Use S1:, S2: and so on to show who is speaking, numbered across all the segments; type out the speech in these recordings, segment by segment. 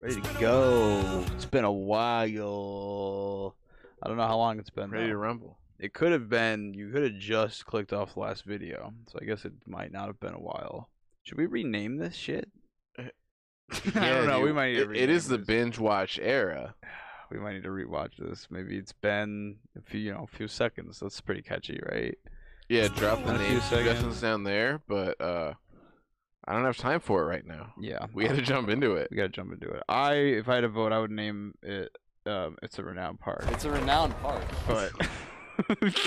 S1: Ready to go. It's been a while. I don't know how long it's been.
S2: Ready to
S1: though.
S2: rumble.
S1: It could have been. You could have just clicked off the last video, so I guess it might not have been a while. Should we rename this shit? I
S2: Yeah,
S1: don't know. We
S2: dude.
S1: might. Need to
S2: It- it is the
S1: rename this.
S2: binge watch era.
S1: We might need to rewatch this. Maybe it's been a few, you know, a few seconds. That's pretty catchy, right?
S2: Yeah, drop the
S1: In a few
S2: name suggestions
S1: seconds.
S2: down there, but uh, I don't have time for it right now.
S1: Yeah.
S2: We had to jump into it.
S1: We gotta jump into it. I, if I had a vote, I would name it. Um, it's a renowned park.
S3: It's a renowned park.
S1: But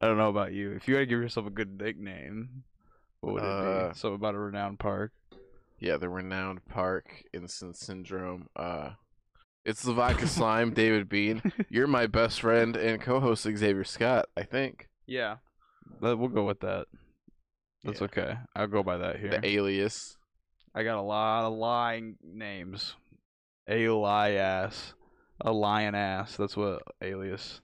S1: I don't know about you. If you had to give yourself a good nickname, what would it
S2: Uh,
S1: be? So about a renowned park.
S2: Yeah, the renowned park instant syndrome. Uh, it's the vodka slime, David Bean. You're my best friend and co-host Xavier Scott. I think
S1: Yeah. But we'll go with that. That's
S2: Yeah.
S1: okay. I'll go by that here.
S2: the alias.
S1: I got a lot of lying names. A lie ass. A lion ass. That's what alias.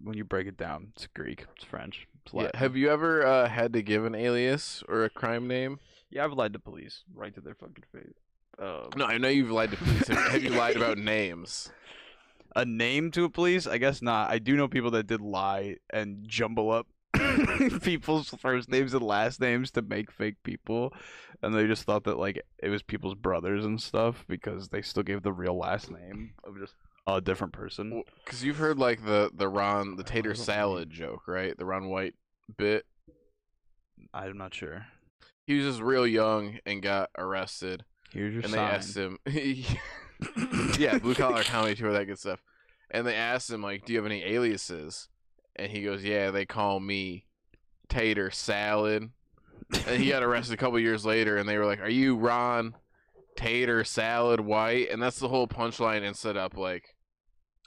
S1: When you break it down, it's Greek, it's French, it's
S2: Yeah,
S1: Latin.
S2: Have you ever uh, had to give an alias or a crime name?
S1: Yeah, I've lied to police right to their fucking face. Um,
S2: No, I know you've lied to police. have, have you lied about names?
S1: a name to a police? I guess not. I do know people that did lie and jumble up people's first names and last names to make fake people, and they just thought that like it was people's brothers and stuff because they still gave the real last name of just a different person.
S2: Because you've heard like the the Ron the
S1: Mm. I
S2: tater
S1: don't know.
S2: salad joke, right? The Ron White bit.
S1: I'm not sure.
S2: He was just real young and got arrested,
S1: Here's your
S2: and they
S1: sign.
S2: asked him, yeah, blue collar comedy tour, that good stuff. And they asked him like, "Do you have any aliases?" And he goes, "Yeah, they call me Tater Salad." And he got arrested a couple years later, and they were like, "Are you Ron Tater Salad White?" And that's the whole punchline. And set up like,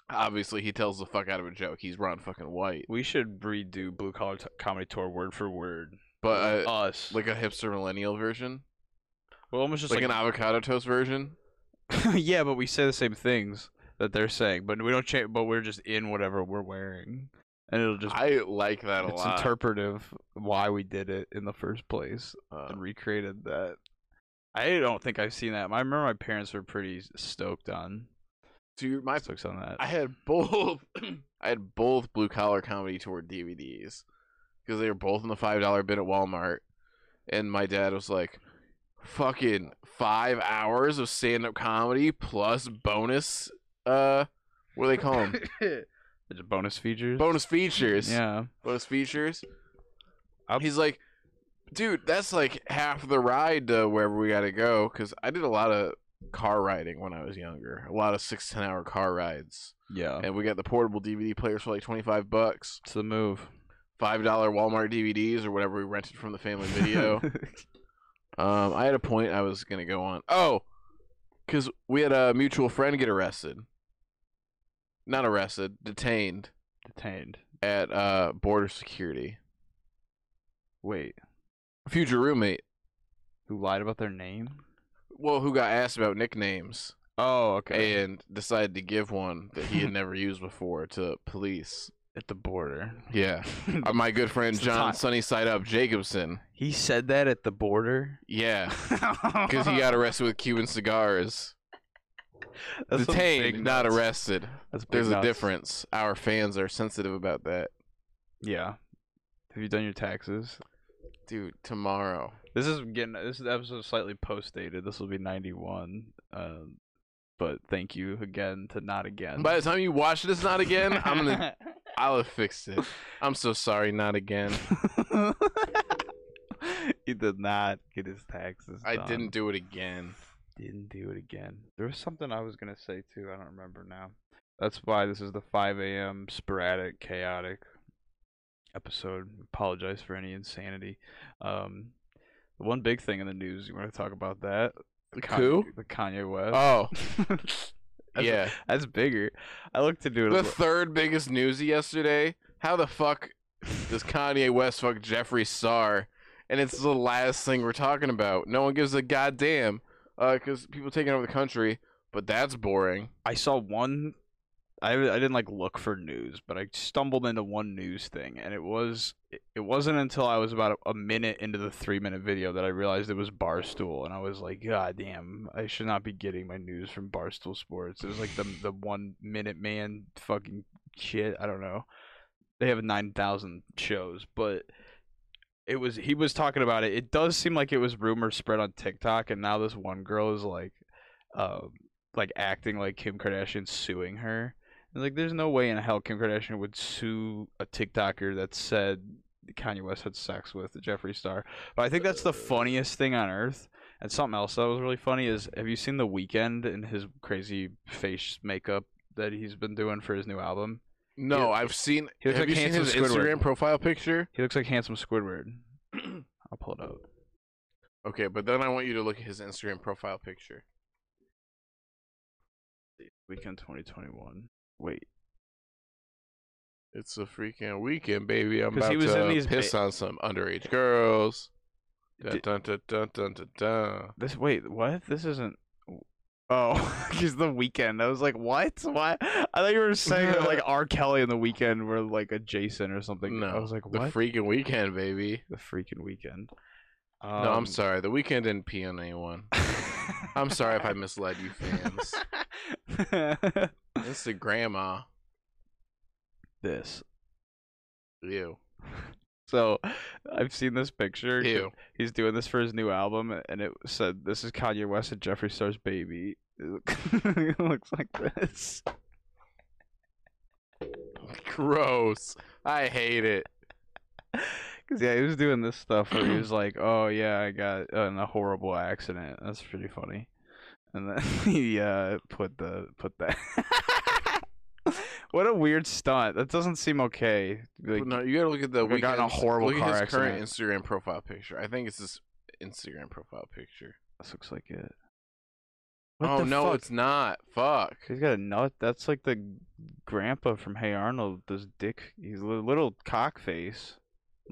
S2: obviously, he tells the fuck out of a joke. He's Ron fucking White,
S1: we should redo blue collar t- comedy tour word for word.
S2: but uh,
S1: Us,
S2: like a hipster millennial version,
S1: well, almost just
S2: like, an avocado toast version.
S1: yeah, but we say the same things that they're saying, but we don't change. But we're just in whatever we're wearing, and it'll just
S2: I like that a
S1: it's
S2: lot.
S1: interpretive why we did it in the first place
S2: Uh,
S1: and recreated that. I don't think I've seen that. I remember my parents were pretty stoked on
S2: dude, my
S1: stoked on that.
S2: I had both. I had both blue collar comedy tour DVDs because they were both in the five dollar bin at Walmart, and my dad was like, "Fucking five hours of stand up comedy plus bonus. Uh, what do they call them?
S1: There's bonus features.
S2: bonus features.
S1: Yeah,
S2: bonus features."
S1: Up-
S2: He's like, "Dude, that's like half the ride to wherever we gotta go." Because I did a lot of car riding when I was younger, a lot of six ten hour car rides
S1: yeah.
S2: and we got the portable DVD players for like 25 bucks,
S1: It's the move.
S2: $5 Walmart DVDs or whatever we rented from the family video. um, I had a point I was going to go on. Oh, cuz we had a mutual friend get arrested. Not arrested, detained
S1: Detained.
S2: at uh border security.
S1: Wait,
S2: Future roommate.
S1: who lied about their name?
S2: Well, who got asked about nicknames
S1: Oh, okay.
S2: and decided to give one that he had never used before to police.
S1: At the border.
S2: Yeah. Uh, My good friend
S1: It's the time.
S2: John Sunnyside Up Jacobson.
S1: he said that at the border.
S2: Yeah.
S1: Because
S2: because he got arrested with Cuban cigars. Detained, not arrested. There's a difference. Our fans are sensitive about that.
S1: Yeah. Have you done your taxes?
S2: Dude, tomorrow.
S1: This is getting this episode is slightly post dated. This will be ninety one. Um, but thank you again to not again.
S2: By the time you watch this, not again. I'm gonna. I'll have fixed it. I'm so sorry, not again.
S1: he did not get his taxes.
S2: I
S1: done.
S2: didn't do it again.
S1: didn't do it again. There was something I was gonna say too. I don't remember now. That's why this is the 5 a.m. sporadic, chaotic episode. Apologize for any insanity. Um, the one big thing in the news you want to talk about that? The
S2: coup?
S1: The Kanye West.
S2: Oh,
S1: That's-
S2: yeah.
S1: that's bigger. I looked to do it. a
S2: The
S1: li-
S2: third biggest news yesterday. How the fuck does Kanye West fuck Jeffree Star? And it's the last thing we're talking about. No one gives a uh, goddamn. Because people taking over the country, but that's boring.
S1: I saw one. I I didn't like look for news, but I stumbled into one news thing, and it was it- it wasn't until I was about a, a minute into the three minute video that I realized it was Barstool, and I was like, God damn, I should not be getting my news from Barstool Sports. It was like the the one minute man fucking shit. I don't know. They have nine thousand shows, but it was he was talking about it. It does seem like it was rumors spread on TikTok, and now this one girl is like, um, like acting like Kim Kardashian suing her. And, like, there's no way in hell Kim Kardashian would sue a TikToker that said Kanye West had sex with Jeffree Star. But I think that's the funniest thing on earth. And something else that was really funny is have you seen The Weeknd and his crazy face makeup that he's been doing for his new album?
S2: No,
S1: He-
S2: I've seen.
S1: he looks
S2: have
S1: like
S2: you seen
S1: handsome
S2: his
S1: Squidward.
S2: Instagram profile picture?
S1: He looks like handsome Squidward. I'll pull it up.
S2: Okay, but then I want you to look at his Instagram profile picture.
S1: Weekend 2021. Wait.
S2: It's a freaking weekend, baby. I'm
S1: 'Cause
S2: about
S1: he was
S2: to
S1: in these ba-
S2: piss on some underage girls. Dun,
S1: Did-
S2: dun, dun, dun, dun, dun, dun.
S1: This wait, what? This isn't Oh, because the weekend. I was like, what? Why? I thought you were saying that like R. Kelly and the weekend were like adjacent or something.
S2: No,
S1: I was like,
S2: the
S1: what?
S2: freaking weekend, baby.
S1: the freaking weekend.
S2: no, I'm
S1: Um,
S2: sorry. The weekend didn't pee on anyone. I'm sorry if I misled you, fans. Instagramma,
S1: this.
S2: ew,
S1: So I've seen this picture. 'cause
S2: ew.
S1: He's doing this for his new album, and it said, "This is Kanye West and Jeffree Star's baby." it looks like this.
S2: Gross. I hate it.
S1: Cause yeah, he was doing this stuff where he was like, "Oh yeah, I got in a horrible accident." That's pretty funny. And then he uh, put the put that. what a weird stunt. That doesn't seem okay. Like,
S2: But no, you gotta look at the.
S1: I got in a
S2: Weeknd's-
S1: horrible
S2: look at
S1: car
S2: his current
S1: accident.
S2: Instagram profile picture. I think it's his Instagram profile picture.
S1: This looks like it. What
S2: oh
S1: the
S2: no,
S1: fuck?
S2: it's not. Fuck.
S1: He's got a nut. That's like the grandpa from Hey Arnold. This dick. He's a little cock face.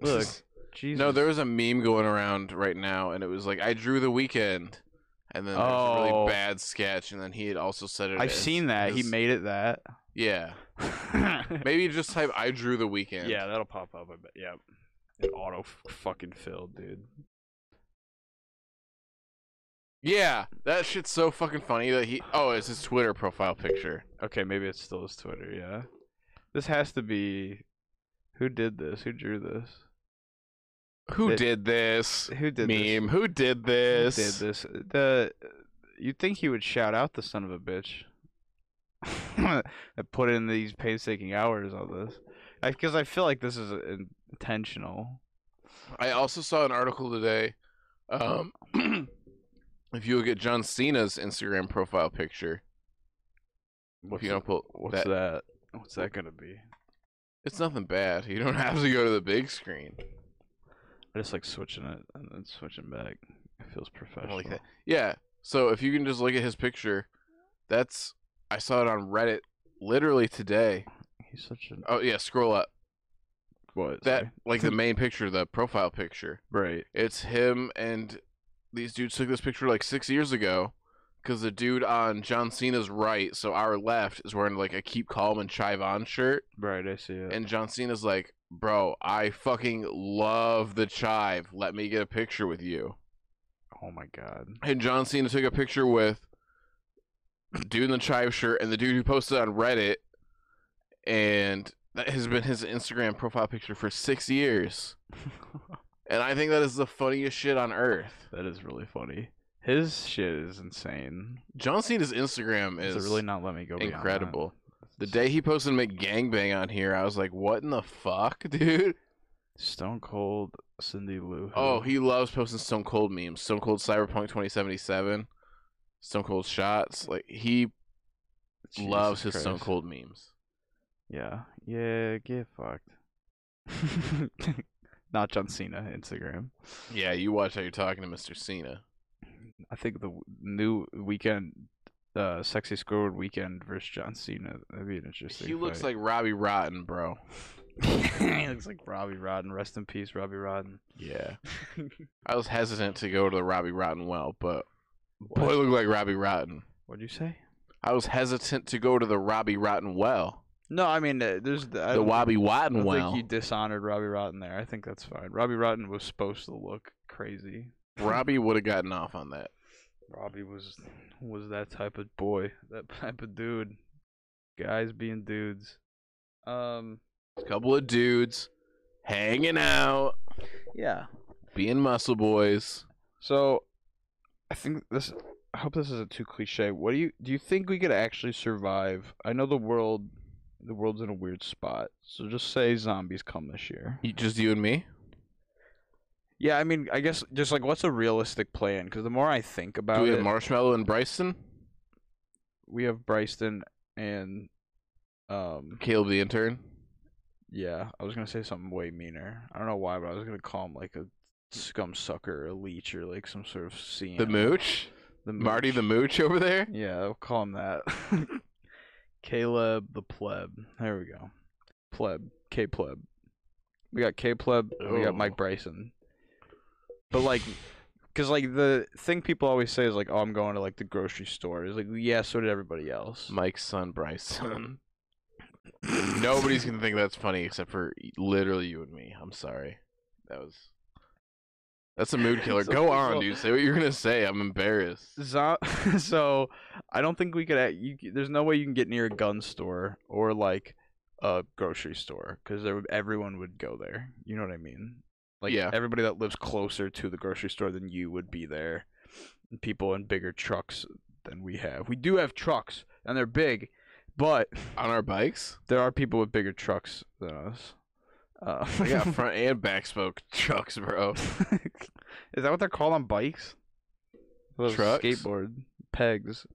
S1: Look, Jesus.
S2: no, there was a meme going around right now, and it was like I drew the weekend, and then there's a
S1: Oh.
S2: really bad sketch, and then he had also said it.
S1: I've
S2: as
S1: seen that. He
S2: his-
S1: made it that.
S2: Yeah, maybe just type I drew the weekend.
S1: Yeah, that'll pop up. I bet. Yeah, it auto f- fucking filled, dude.
S2: yeah, that shit's so fucking funny that he. Oh, it's his Twitter profile picture.
S1: Okay, maybe it's still his Twitter. Yeah, this has to be. Who did this? Who drew this?
S2: Who
S1: That-
S2: did this?
S1: Who did
S2: meme. Who did
S1: this?
S2: this?
S1: Who did this? The you'd think he would shout out the son of a bitch that put in these painstaking hours on this, because I, feel like this is uh, intentional.
S2: I also saw an article today. Um, if you look at John Cena's Instagram profile picture,
S1: What's,
S2: if you don't pull
S1: what's
S2: that-
S1: that? What's that gonna be?
S2: it's nothing bad. You don't have to go to the big screen.
S1: I just like switching it and then switching back. It feels professional.
S2: like that. Yeah. So if you can just look at his picture, that's I saw it on Reddit literally today.
S1: He's such an
S2: Oh yeah, scroll up.
S1: what?
S2: That
S1: sorry.
S2: like the main picture, the profile picture.
S1: right?
S2: It's him and these dudes took this picture like six years ago because the dude on John Cena's right, so our left, is wearing like a keep calm and chive on shirt.
S1: Right, I see it.
S2: And John Cena's like, Bro, I fucking love the chive. Let me get a picture with you.
S1: oh my god.
S2: And John Cena took a picture with dude in the chive shirt and the dude who posted on Reddit. And that has been his Instagram profile picture for six years. And I think that is the funniest shit on earth.
S1: that is really funny. His shit is insane.
S2: John Cena's Instagram
S1: Does
S2: is
S1: it really not let me go beyond that?
S2: incredible. The
S1: It's
S2: day he posted McGangbang on here, I was like, what in the fuck, dude?
S1: Stone Cold Cindy Lou.
S2: Oh,
S1: Who.
S2: he loves posting Stone Cold memes. Stone Cold Cyberpunk 2077, Stone Cold Shots. Like, he
S1: Jesus
S2: loves his Stone
S1: Christ.
S2: Cold memes.
S1: Yeah. Yeah, get fucked. Not John Cena Instagram.
S2: Yeah, you watch how you're talking to Mr. Cena.
S1: I think the w- new weekend, uh, sexy scored weekend versus John Cena. That'd be an interesting.
S2: He looks like Robbie Rotten, bro.
S1: like he looks like Robbie Rodden. Rest in peace, Robbie Rodden.
S2: Yeah. I was hesitant to go to the Robbie Rotten well, but boy, look like Robbie Rotten.
S1: What'd you say?
S2: I was hesitant to go to the Robbie Rotten well,
S1: No, I mean uh, there's the, I
S2: the
S1: don't-
S2: Wobby
S1: I
S2: Rotten
S1: don't
S2: well.
S1: think you dishonored Robbie Rotten there. I think that's fine. Robbie Rotten was supposed to look crazy.
S2: Robbie would have gotten off on that.
S1: Robbie was was that type of boy, that type of dude. Guys being dudes. Um
S2: couple of dudes hanging out,
S1: yeah.
S2: being muscle boys.
S1: So I think this I hope this isn't too cliche. What do you do you think we could actually survive? I know the world the world's in a weird spot. So just say zombies come this year.
S2: You, just you and me.
S1: Yeah, I mean, I guess just like what's a realistic plan cuz the more I think about
S2: Do we have
S1: it,
S2: Marshmallow and Bryson?
S1: we have Bryston and um
S2: Caleb the intern.
S1: Yeah, I was gonna say something way meaner. I don't know why, but I was gonna call him like a scum sucker, a leech, or like some sort of scene.
S2: The Mooch.
S1: the
S2: Marty the
S1: mooch.
S2: Mooch over there.
S1: Yeah, I'll call him that. Caleb the pleb. There we go. Pleb, K pleb. We got K pleb. and We got
S2: Oh.
S1: Mike Bryson. But like, cause like the thing people always say is like, oh, I'm going to like the grocery store. It's like, yeah, so did everybody else.
S2: Mike's son Bryson. Nobody's gonna think that's funny except for literally you and me. I'm sorry. That was. That's a mood killer.
S1: So
S2: Go on,
S1: people-
S2: dude. Say what you're gonna say. I'm embarrassed.
S1: Zo- so I don't think we could. act- You, c- there's no way you can get near a gun store or like a grocery store because there would, everyone would go there. You know what I mean? Like
S2: Yeah.
S1: everybody that lives closer to the grocery store than you would be there. and People in bigger trucks than we have. We do have trucks and they're big, but
S2: On our bikes,
S1: there are people with bigger trucks than us. Uh,
S2: we got front and back spoke trucks, bro.
S1: Is that what they're called on bikes? Those
S2: Trucks?
S1: skateboard pegs.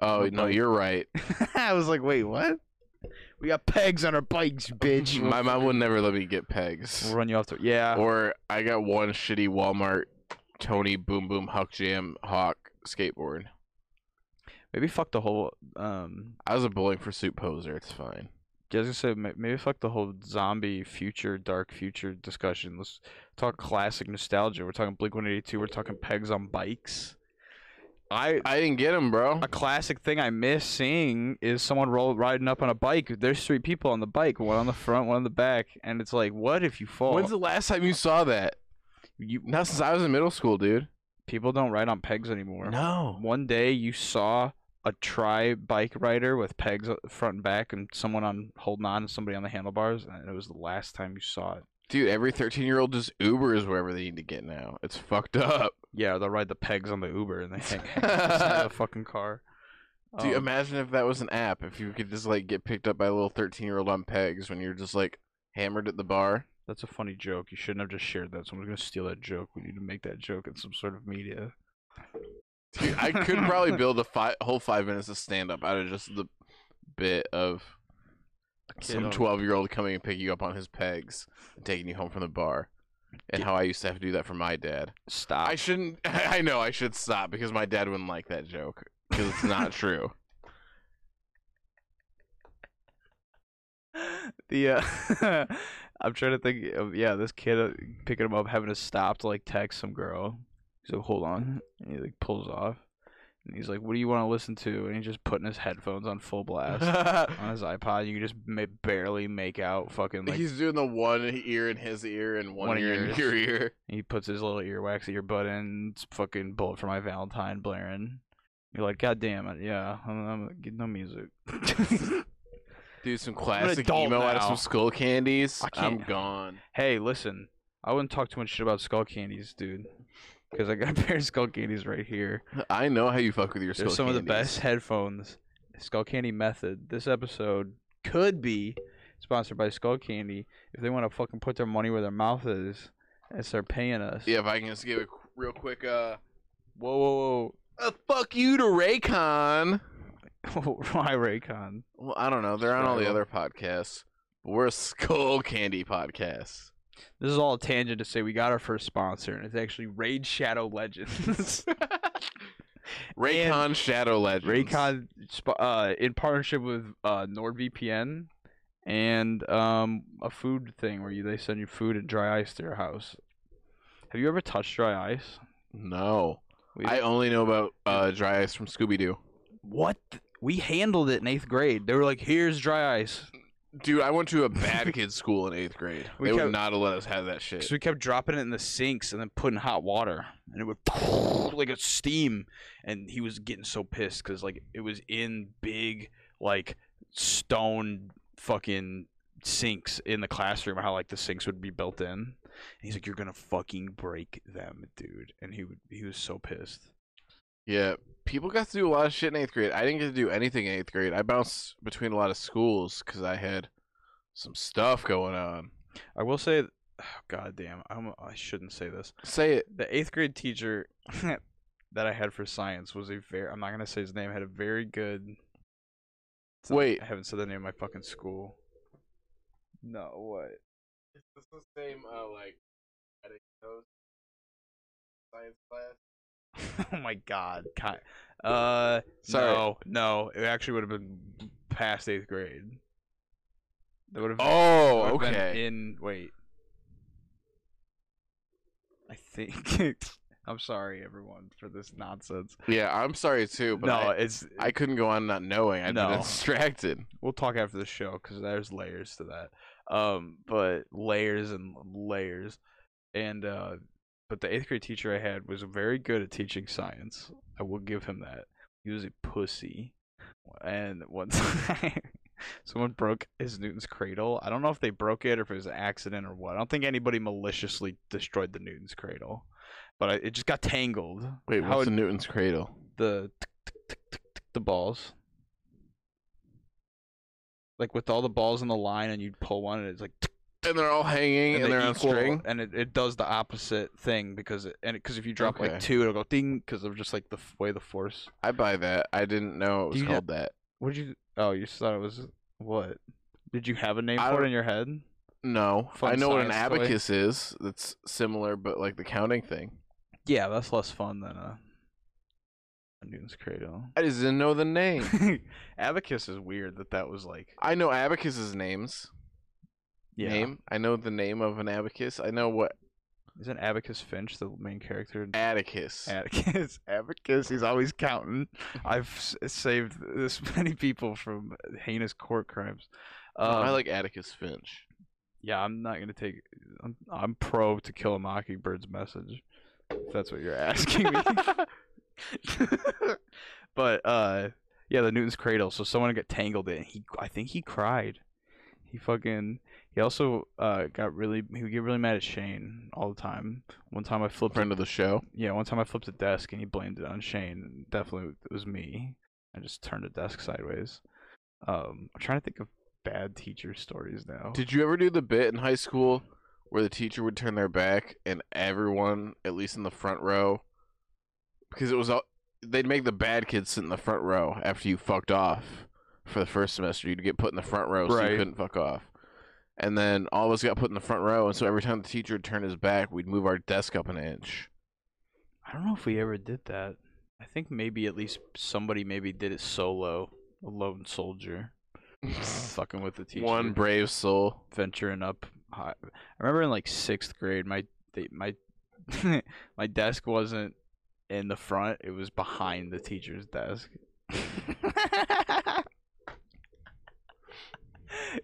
S2: Oh
S1: My
S2: no,
S1: bike.
S2: you're right.
S1: I was like, wait, what? We got pegs on our bikes, bitch.
S2: My mom would never let me get pegs.
S1: We'll run you off the. Yeah.
S2: Or I got one shitty Walmart Tony Boom Boom Huck Jam Hawk skateboard.
S1: maybe fuck the whole. Um,
S2: I was a bowling pursuit poser. It's fine.
S1: yeah, I was gonna say ma- maybe fuck the whole zombie future, dark future discussion. Let's talk classic nostalgia. We're talking Blink One Eighty Two. We're talking pegs on bikes. I
S2: I didn't get him, bro.
S1: a classic thing I miss seeing is someone roll riding up on a bike. There's three people on the bike, one on the front, one on the back, and it's like, what if you fall?
S2: When's the last time you saw that?
S1: you
S2: Not since I was in middle school, dude.
S1: people don't ride on pegs anymore.
S2: No.
S1: one day you saw a tri bike rider with pegs front and back and someone on holding on and somebody on the handlebars and it was the last time you saw it
S2: Dude, every 13 year old just Ubers wherever they need to get now. It's fucked up.
S1: yeah they'll ride the pegs on the uber and they hang, hang on the side of the fucking car
S2: Dude,
S1: Um,
S2: imagine if that was an app. If you could just like get picked up by a little 13 year old on pegs when you're just like hammered at the bar.
S1: that's a funny joke you shouldn't have just shared that someone's gonna steal that joke we need to make that joke in some sort of media
S2: Dude, I could probably build a fi- whole five minutes of stand up out of just the bit of
S1: kid
S2: some
S1: on-
S2: 12 year old coming and picking you up on his pegs and taking you home from the bar. And
S1: Get-
S2: how I used to have to do that for my dad.
S1: stop
S2: I shouldn't. I know I should stop because my dad wouldn't like that joke because it's not true.
S1: the uh, I'm trying to think of yeah, this kid uh, picking him up, having to stop to like text some girl. He's like, hold on, and he like pulls off, and he's like, what do you want to listen to? And he's just putting his headphones on full blast on his iPod. You can just ma- barely make out fucking like
S2: He's doing the one ear in his ear and one,
S1: One
S2: ear, in
S1: ear.
S2: your ear.
S1: he puts his little earwax earbud in. It's fucking bullet for my Valentine blaring. You're like, god damn it, yeah, I'm, I'm getting no music.
S2: Dude, some classic
S1: adult
S2: emo out of
S1: now.
S2: some skull candies.
S1: I
S2: I'm
S1: can't-
S2: gone.
S1: Hey, listen, I wouldn't talk too much shit about skull candies, dude. Because I got a pair of skull candies right here.
S2: I know how you fuck with your
S1: They're
S2: skull
S1: some of the
S2: candies.
S1: best headphones. Skull Candy Method. This episode could be sponsored by Skull Candy if they want to fucking put their money where their mouth is and start paying us.
S2: Yeah, if I can just give a qu- real quick uh,
S1: Whoa, whoa,
S2: a Uh, fuck you to Raycon.
S1: whoa. Why Raycon?
S2: Well, I don't know. They're on all the
S1: Spiral.
S2: other podcasts. But we're a skull candy podcast.
S1: This is all a tangent to say we got our first sponsor, and it's actually Raid Shadow Legends.
S2: Raycon Shadow Legends.
S1: Raycon, sp- uh, in partnership with uh, NordVPN and um, a food thing where you they send you food and dry ice to your house. Have you ever touched dry ice?
S2: No.
S1: We-
S2: I only know about uh, dry ice from Scooby Doo.
S1: what? th- We handled it in eighth grade. They were like, "Here's dry ice,"
S2: Dude, I went to a bad kid's school in eighth grade.
S1: We
S2: they
S1: kept-
S2: would not have let us have that shit.
S1: because we kept dropping it in the sinks and then putting hot water, and it would like a steam. And he was getting so pissed because like it was in big like stone fucking sinks in the classroom. How like the sinks would be built in. And he's like, "You're gonna fucking break them, dude." And he would he was so pissed.
S2: Yeah, people got to do a lot of shit in eighth grade. I didn't get to do anything in eighth grade. I bounced between a lot of schools because I had some stuff going on.
S1: I will say, God damn, I'm, I shouldn't say this.
S2: Say it.
S1: the eighth grade teacher that I had for science was a very I'm not gonna say his name had a very good. It's not-
S2: Wait.
S1: I haven't said the name of my fucking school. No, what?
S2: It's the same, uh, like, science class.
S1: oh my god, Ki- uh,
S2: Sorry.
S1: no, no, it actually would have been past eighth grade. That would have.
S2: Oh,
S1: would have been
S2: okay.
S1: in wait, I think. I'm sorry, everyone, for this nonsense.
S2: Yeah, I'm sorry too, but
S1: no,
S2: I,
S1: it's
S2: I couldn't go on not knowing. I'd
S1: No.
S2: been distracted.
S1: we'll talk after the show because there's layers to that. Um, but layers and layers, and uh, but the eighth grade teacher I had was very good at teaching science. I will give him that. He was a pussy, and one time someone broke his Newton's cradle. I don't know if they broke it or if it was an accident or what. I don't think anybody maliciously destroyed the Newton's cradle, but I, it just got tangled.
S2: Wait,
S1: How
S2: what's
S1: it-
S2: a Newton's cradle?
S1: the tick, tick, tick, tick, tick, the balls. Like with all the balls in the line, and you pull one, and it's like tick,
S2: And they're all hanging and, they're on
S1: equal-
S2: string.
S1: and it, it does the opposite thing because it, and because if you drop
S2: Okay.
S1: like two, it'll go ding because of just like the f- way the force.
S2: I buy that. I didn't know it
S1: Do
S2: was
S1: you
S2: called that.
S1: What did you? Oh, you thought it was what? Did you have a name
S2: I
S1: for it
S2: don't-
S1: in your head?
S2: No, I
S1: Fun
S2: know what an
S1: science toy.
S2: abacus is. That's similar, but like the counting thing.
S1: Yeah, that's less fun than a, a Newton's cradle.
S2: I just didn't know the name.
S1: Abacus is weird that that was like
S2: I know abacus's names.
S1: yeah.
S2: Name. I know the name of an abacus. I know what
S1: Isn't Abacus Finch the main character in
S2: Atticus.
S1: Atticus, Abacus, he's always counting. I've s- saved this many people from heinous court crimes.
S2: No, I
S1: Um,
S2: like Atticus Finch.
S1: Yeah, I'm not gonna take. I'm, I'm pro to kill a mockingbird's message. If that's what you're asking me. but uh, yeah, the Newton's Cradle. So someone got tangled in. it, and He, I think he cried. He fucking. He also uh got really. He would get really mad at Shane all the time. One time I flipped. a
S2: Friend of the show.
S1: yeah, one time I flipped a desk and he blamed it on Shane. and Definitely it was me. I just turned the desk sideways. Um, I'm trying to think of bad teacher stories now.
S2: Did you ever do the bit in high school where the teacher would turn their back and everyone, at least in the front row, because it was all they'd make the bad kids sit in the front row after you fucked off for the first semester. You'd get put in the front row so you
S1: Right.
S2: couldn't fuck off. And then all of us got put in the front row, and so every time the teacher would turn his back, we'd move our desk up an inch.
S1: I don't know if we ever did that. I think maybe at least somebody maybe did it solo, a lone soldier, fucking with the teacher.
S2: One brave soul.
S1: venturing up. High. I remember in like sixth grade, my they, my my desk wasn't in the front; it was behind the teacher's desk.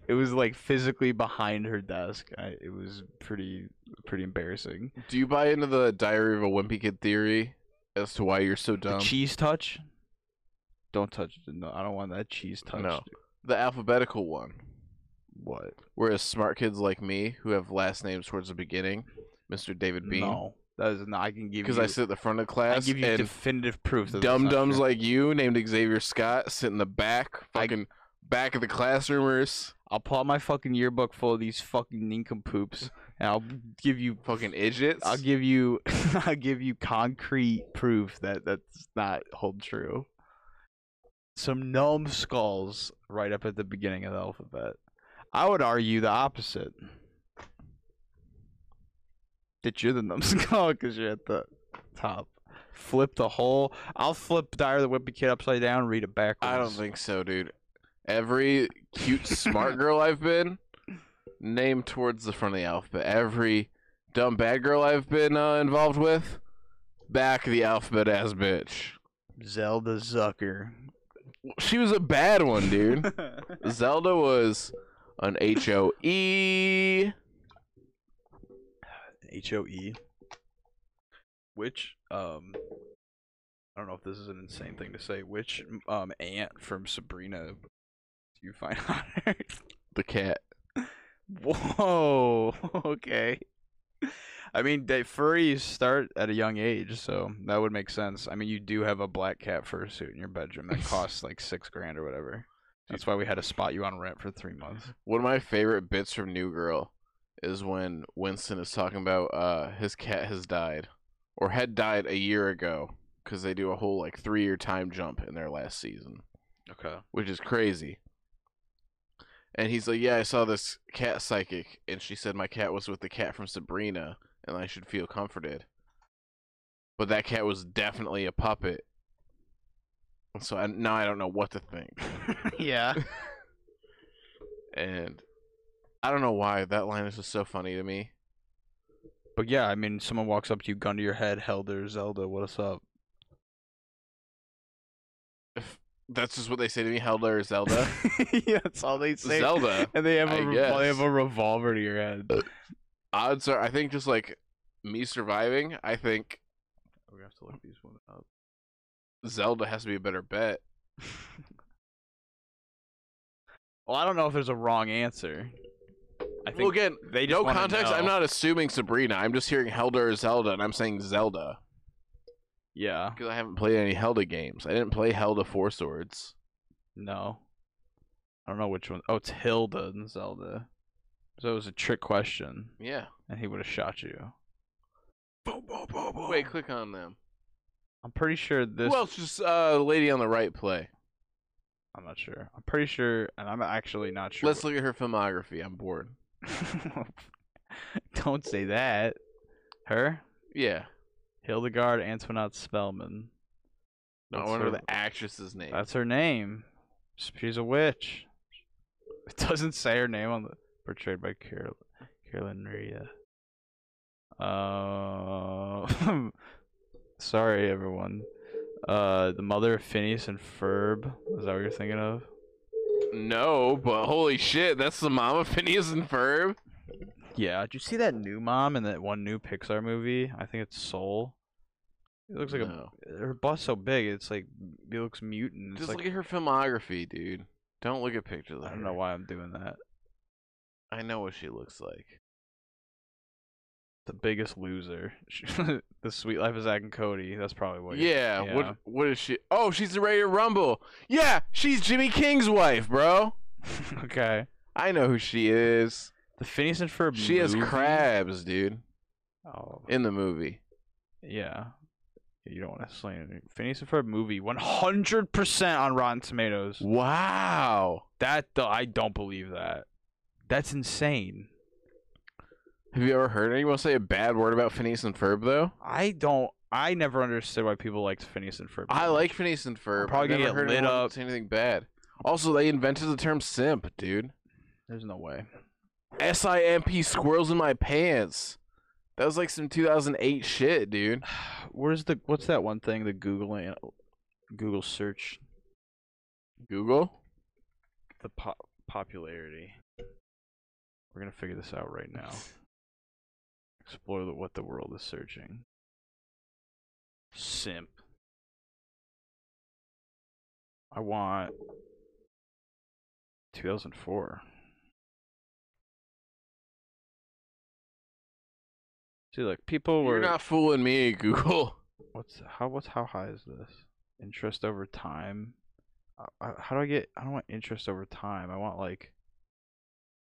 S1: it was like physically behind her desk. I, it was pretty pretty embarrassing.
S2: Do you buy into the Diary of a Wimpy Kid theory as to why you're so
S1: The
S2: dumb?
S1: cheese touch. Don't touch. No, I don't want that cheese touch.
S2: No. the alphabetical one.
S1: What?
S2: Whereas smart kids like me, who have last names towards the beginning, Mr. David Bean,
S1: No, that is not. I can give
S2: because
S1: you.
S2: I sit at the front of
S1: I
S2: class,
S1: give you
S2: and
S1: definitive proof. that that's
S2: dumb
S1: not
S2: dumbs
S1: true.
S2: like you, named Xavier Scott, sit in the back,
S1: I-
S2: fucking back of the classroomers,
S1: I'll pull out my fucking yearbook full of these fucking nincompoops, and I'll give you,
S2: fucking idiots.
S1: I'll give you, I'll give you concrete proof that that's not hold true. Some numbskulls right up at the beginning of the alphabet. I would argue the opposite. That you're the numbskull because you're at the top. Flip the whole. I'll flip Dire the Whippy Kid upside down, read it backwards.
S2: I don't think so, dude. Every cute smart girl I've been, named towards the front of the alphabet. Every dumb bad girl I've been uh, involved with, back of the alphabet ass bitch.
S1: Zelda Zucker.
S2: She was a bad one, dude. Zelda was an H O E.
S1: H O E. Which um I don't know if this is an insane thing to say. Which um aunt from Sabrina do you find on her?
S2: The cat.
S1: Whoa. Okay. I mean, they, furries start at a young age, so that would make sense. I mean, you do have a black cat fursuit in your bedroom that costs like six grand or whatever. That's why we had to spot you on rent for three months.
S2: One of my favorite bits from New Girl is when Winston is talking about uh his cat has died or had died a year ago because they do a whole like three year time jump in their last season,
S1: Okay.
S2: which is crazy. And he's like, "Yeah, I saw this cat psychic, and she said my cat was with the cat from Sabrina, and I should feel comforted." But that cat was definitely a puppet, so I, now I don't know what to think.
S1: yeah.
S2: And I don't know why that line is just so funny to me.
S1: But yeah, I mean, someone walks up to you, gun to your head, Helder, Zelda, what's up?
S2: That's just what they say to me, Zelda or Zelda.
S1: yeah, that's all they say.
S2: Zelda.
S1: And they have
S2: I
S1: a revol- they have
S2: guess. Uh.
S1: a revolver to your head.
S2: Odds are, I think just like me surviving, I think
S1: We have to look these women up.
S2: Zelda has to be a better bet.
S1: Well, I don't know if there's a wrong answer. I think
S2: well, again,
S1: they just
S2: no
S1: wanna
S2: context. I'm
S1: know.
S2: not assuming Sabrina. I'm just hearing Zelda or Zelda, and I'm saying Zelda
S1: Yeah.
S2: because I haven't played any Zelda games. I didn't play Zelda Four Swords.
S1: No. I don't know which one. Oh, it's Hilda and Zelda. So it was a trick question,
S2: Yeah.
S1: and he would have shot you.
S2: Wait, click on them.
S1: I'm pretty sure this.
S2: Who else does uh, Lady on the Right play?
S1: I'm not sure. I'm pretty sure, and I'm actually not sure.
S2: Let's look at her filmography. I'm bored.
S1: Don't say that. Her?
S2: Yeah.
S1: Hildegard Antoinette Spellman.
S2: No, I
S1: That's
S2: wonder
S1: her-
S2: the actress's name.
S1: That's her name. She's a witch. It doesn't say her name on the portrayed by Carol Carolyn Maria. Uh, sorry everyone. Uh, the mother of Phineas and Ferb. Is that what you're thinking of?
S2: No, but holy shit, that's the mom of Phineas and Ferb.
S1: Yeah. Did you see that new mom in that one new Pixar movie? I think it's Soul. It looks like a
S2: No.
S1: her butt's so big, it's like it looks mutant. It's
S2: Just
S1: like,
S2: look at her filmography, dude. Don't look at pictures. Of
S1: I don't
S2: her.
S1: know why I'm doing that.
S2: I know what she looks like.
S1: The Biggest Loser, The Sweet Life of Zack and Cody. That's probably what. you're-
S2: yeah,
S1: yeah.
S2: What? What is she? Oh, she's the Ready to Rumble. Yeah, she's Jimmy King's wife, bro.
S1: okay.
S2: I know who she is.
S1: The Phineas and Ferb.
S2: She has
S1: movie?
S2: crabs, dude,
S1: Oh,
S2: in the movie.
S1: yeah. You don't want to slay any Phineas and Ferb movie. One hundred percent on Rotten Tomatoes.
S2: Wow.
S1: That th- I don't believe that. That's insane.
S2: Have you ever heard anyone say a bad word about Phineas and Ferb though?
S1: I don't. I never understood why people liked Phineas and Ferb.
S2: I
S1: so
S2: like
S1: much.
S2: Phineas and Ferb.
S1: probably
S2: I've
S1: gonna
S2: never
S1: get
S2: heard
S1: lit
S2: anyone
S1: up.
S2: Say anything bad. Also, they invented the term simp, dude.
S1: There's no way.
S2: S-I-M-P squirrels in my pants. That was like some 2008 shit, dude.
S1: Where's the? What's that one thing? The Google an- Google search
S2: Google?
S1: the po- popularity. We're gonna figure this out right now. Explore the, what the world is searching. Simp. I want 2004. See, look, people were.
S2: You're not fooling me, Google.
S1: What's how? What's how high is this? Interest over time. Uh, uh, how do I get? I don't want interest over time. I want like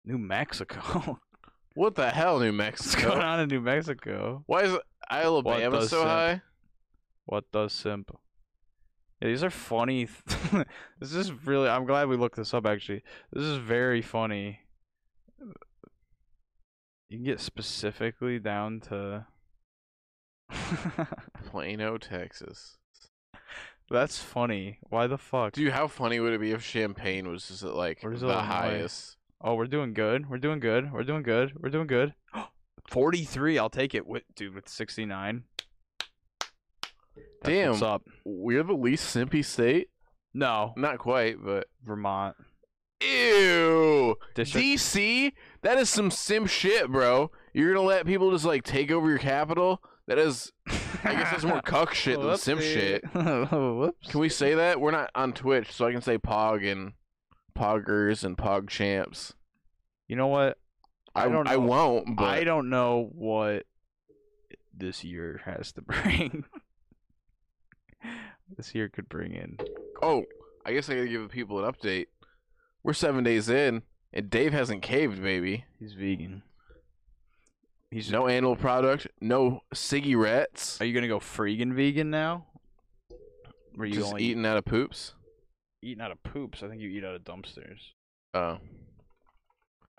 S1: New Mexico.
S2: What the hell, New
S1: What's going
S2: Mexico?
S1: on in New Mexico?
S2: Why is Alabama
S1: does
S2: so
S1: simp?
S2: high?
S1: What does simp? Yeah, these are funny. Th- this is really. I'm glad we looked this up. Actually, this is very funny. You can get specifically down to.
S2: Plano, Texas.
S1: That's funny. Why the fuck?
S2: Dude, how funny would it be if Champagne was just at like
S1: Where's
S2: the
S1: Illinois?
S2: highest?
S1: Oh, we're doing good. We're doing good. We're doing good. We're doing good. 43. I'll take it, with, dude, with 69. That's
S2: Damn.
S1: What's up?
S2: We're the least simpy state?
S1: No,
S2: Not quite, but
S1: Vermont
S2: ew.
S1: district.
S2: DC, that is some sim shit, bro. You're gonna let people just like take over your capital? That is, I guess that's more cuck shit than sim shit.
S1: Whoops.
S2: Can we say that? We're not on Twitch, so I can say pog and poggers and pog champs.
S1: You know what? I
S2: I,
S1: don't
S2: I
S1: know.
S2: won't, but
S1: I don't know what this year has to bring. this year could bring in.
S2: oh, I guess I gotta give the people an update. We're seven days in, and Dave hasn't caved, baby.
S1: He's vegan. He's
S2: No animal product, no cigarettes.
S1: Are you gonna go freaking vegan now? Were you
S2: Just
S1: only
S2: eating out of poops.
S1: eating out of poops? I think you eat out of dumpsters.
S2: Oh,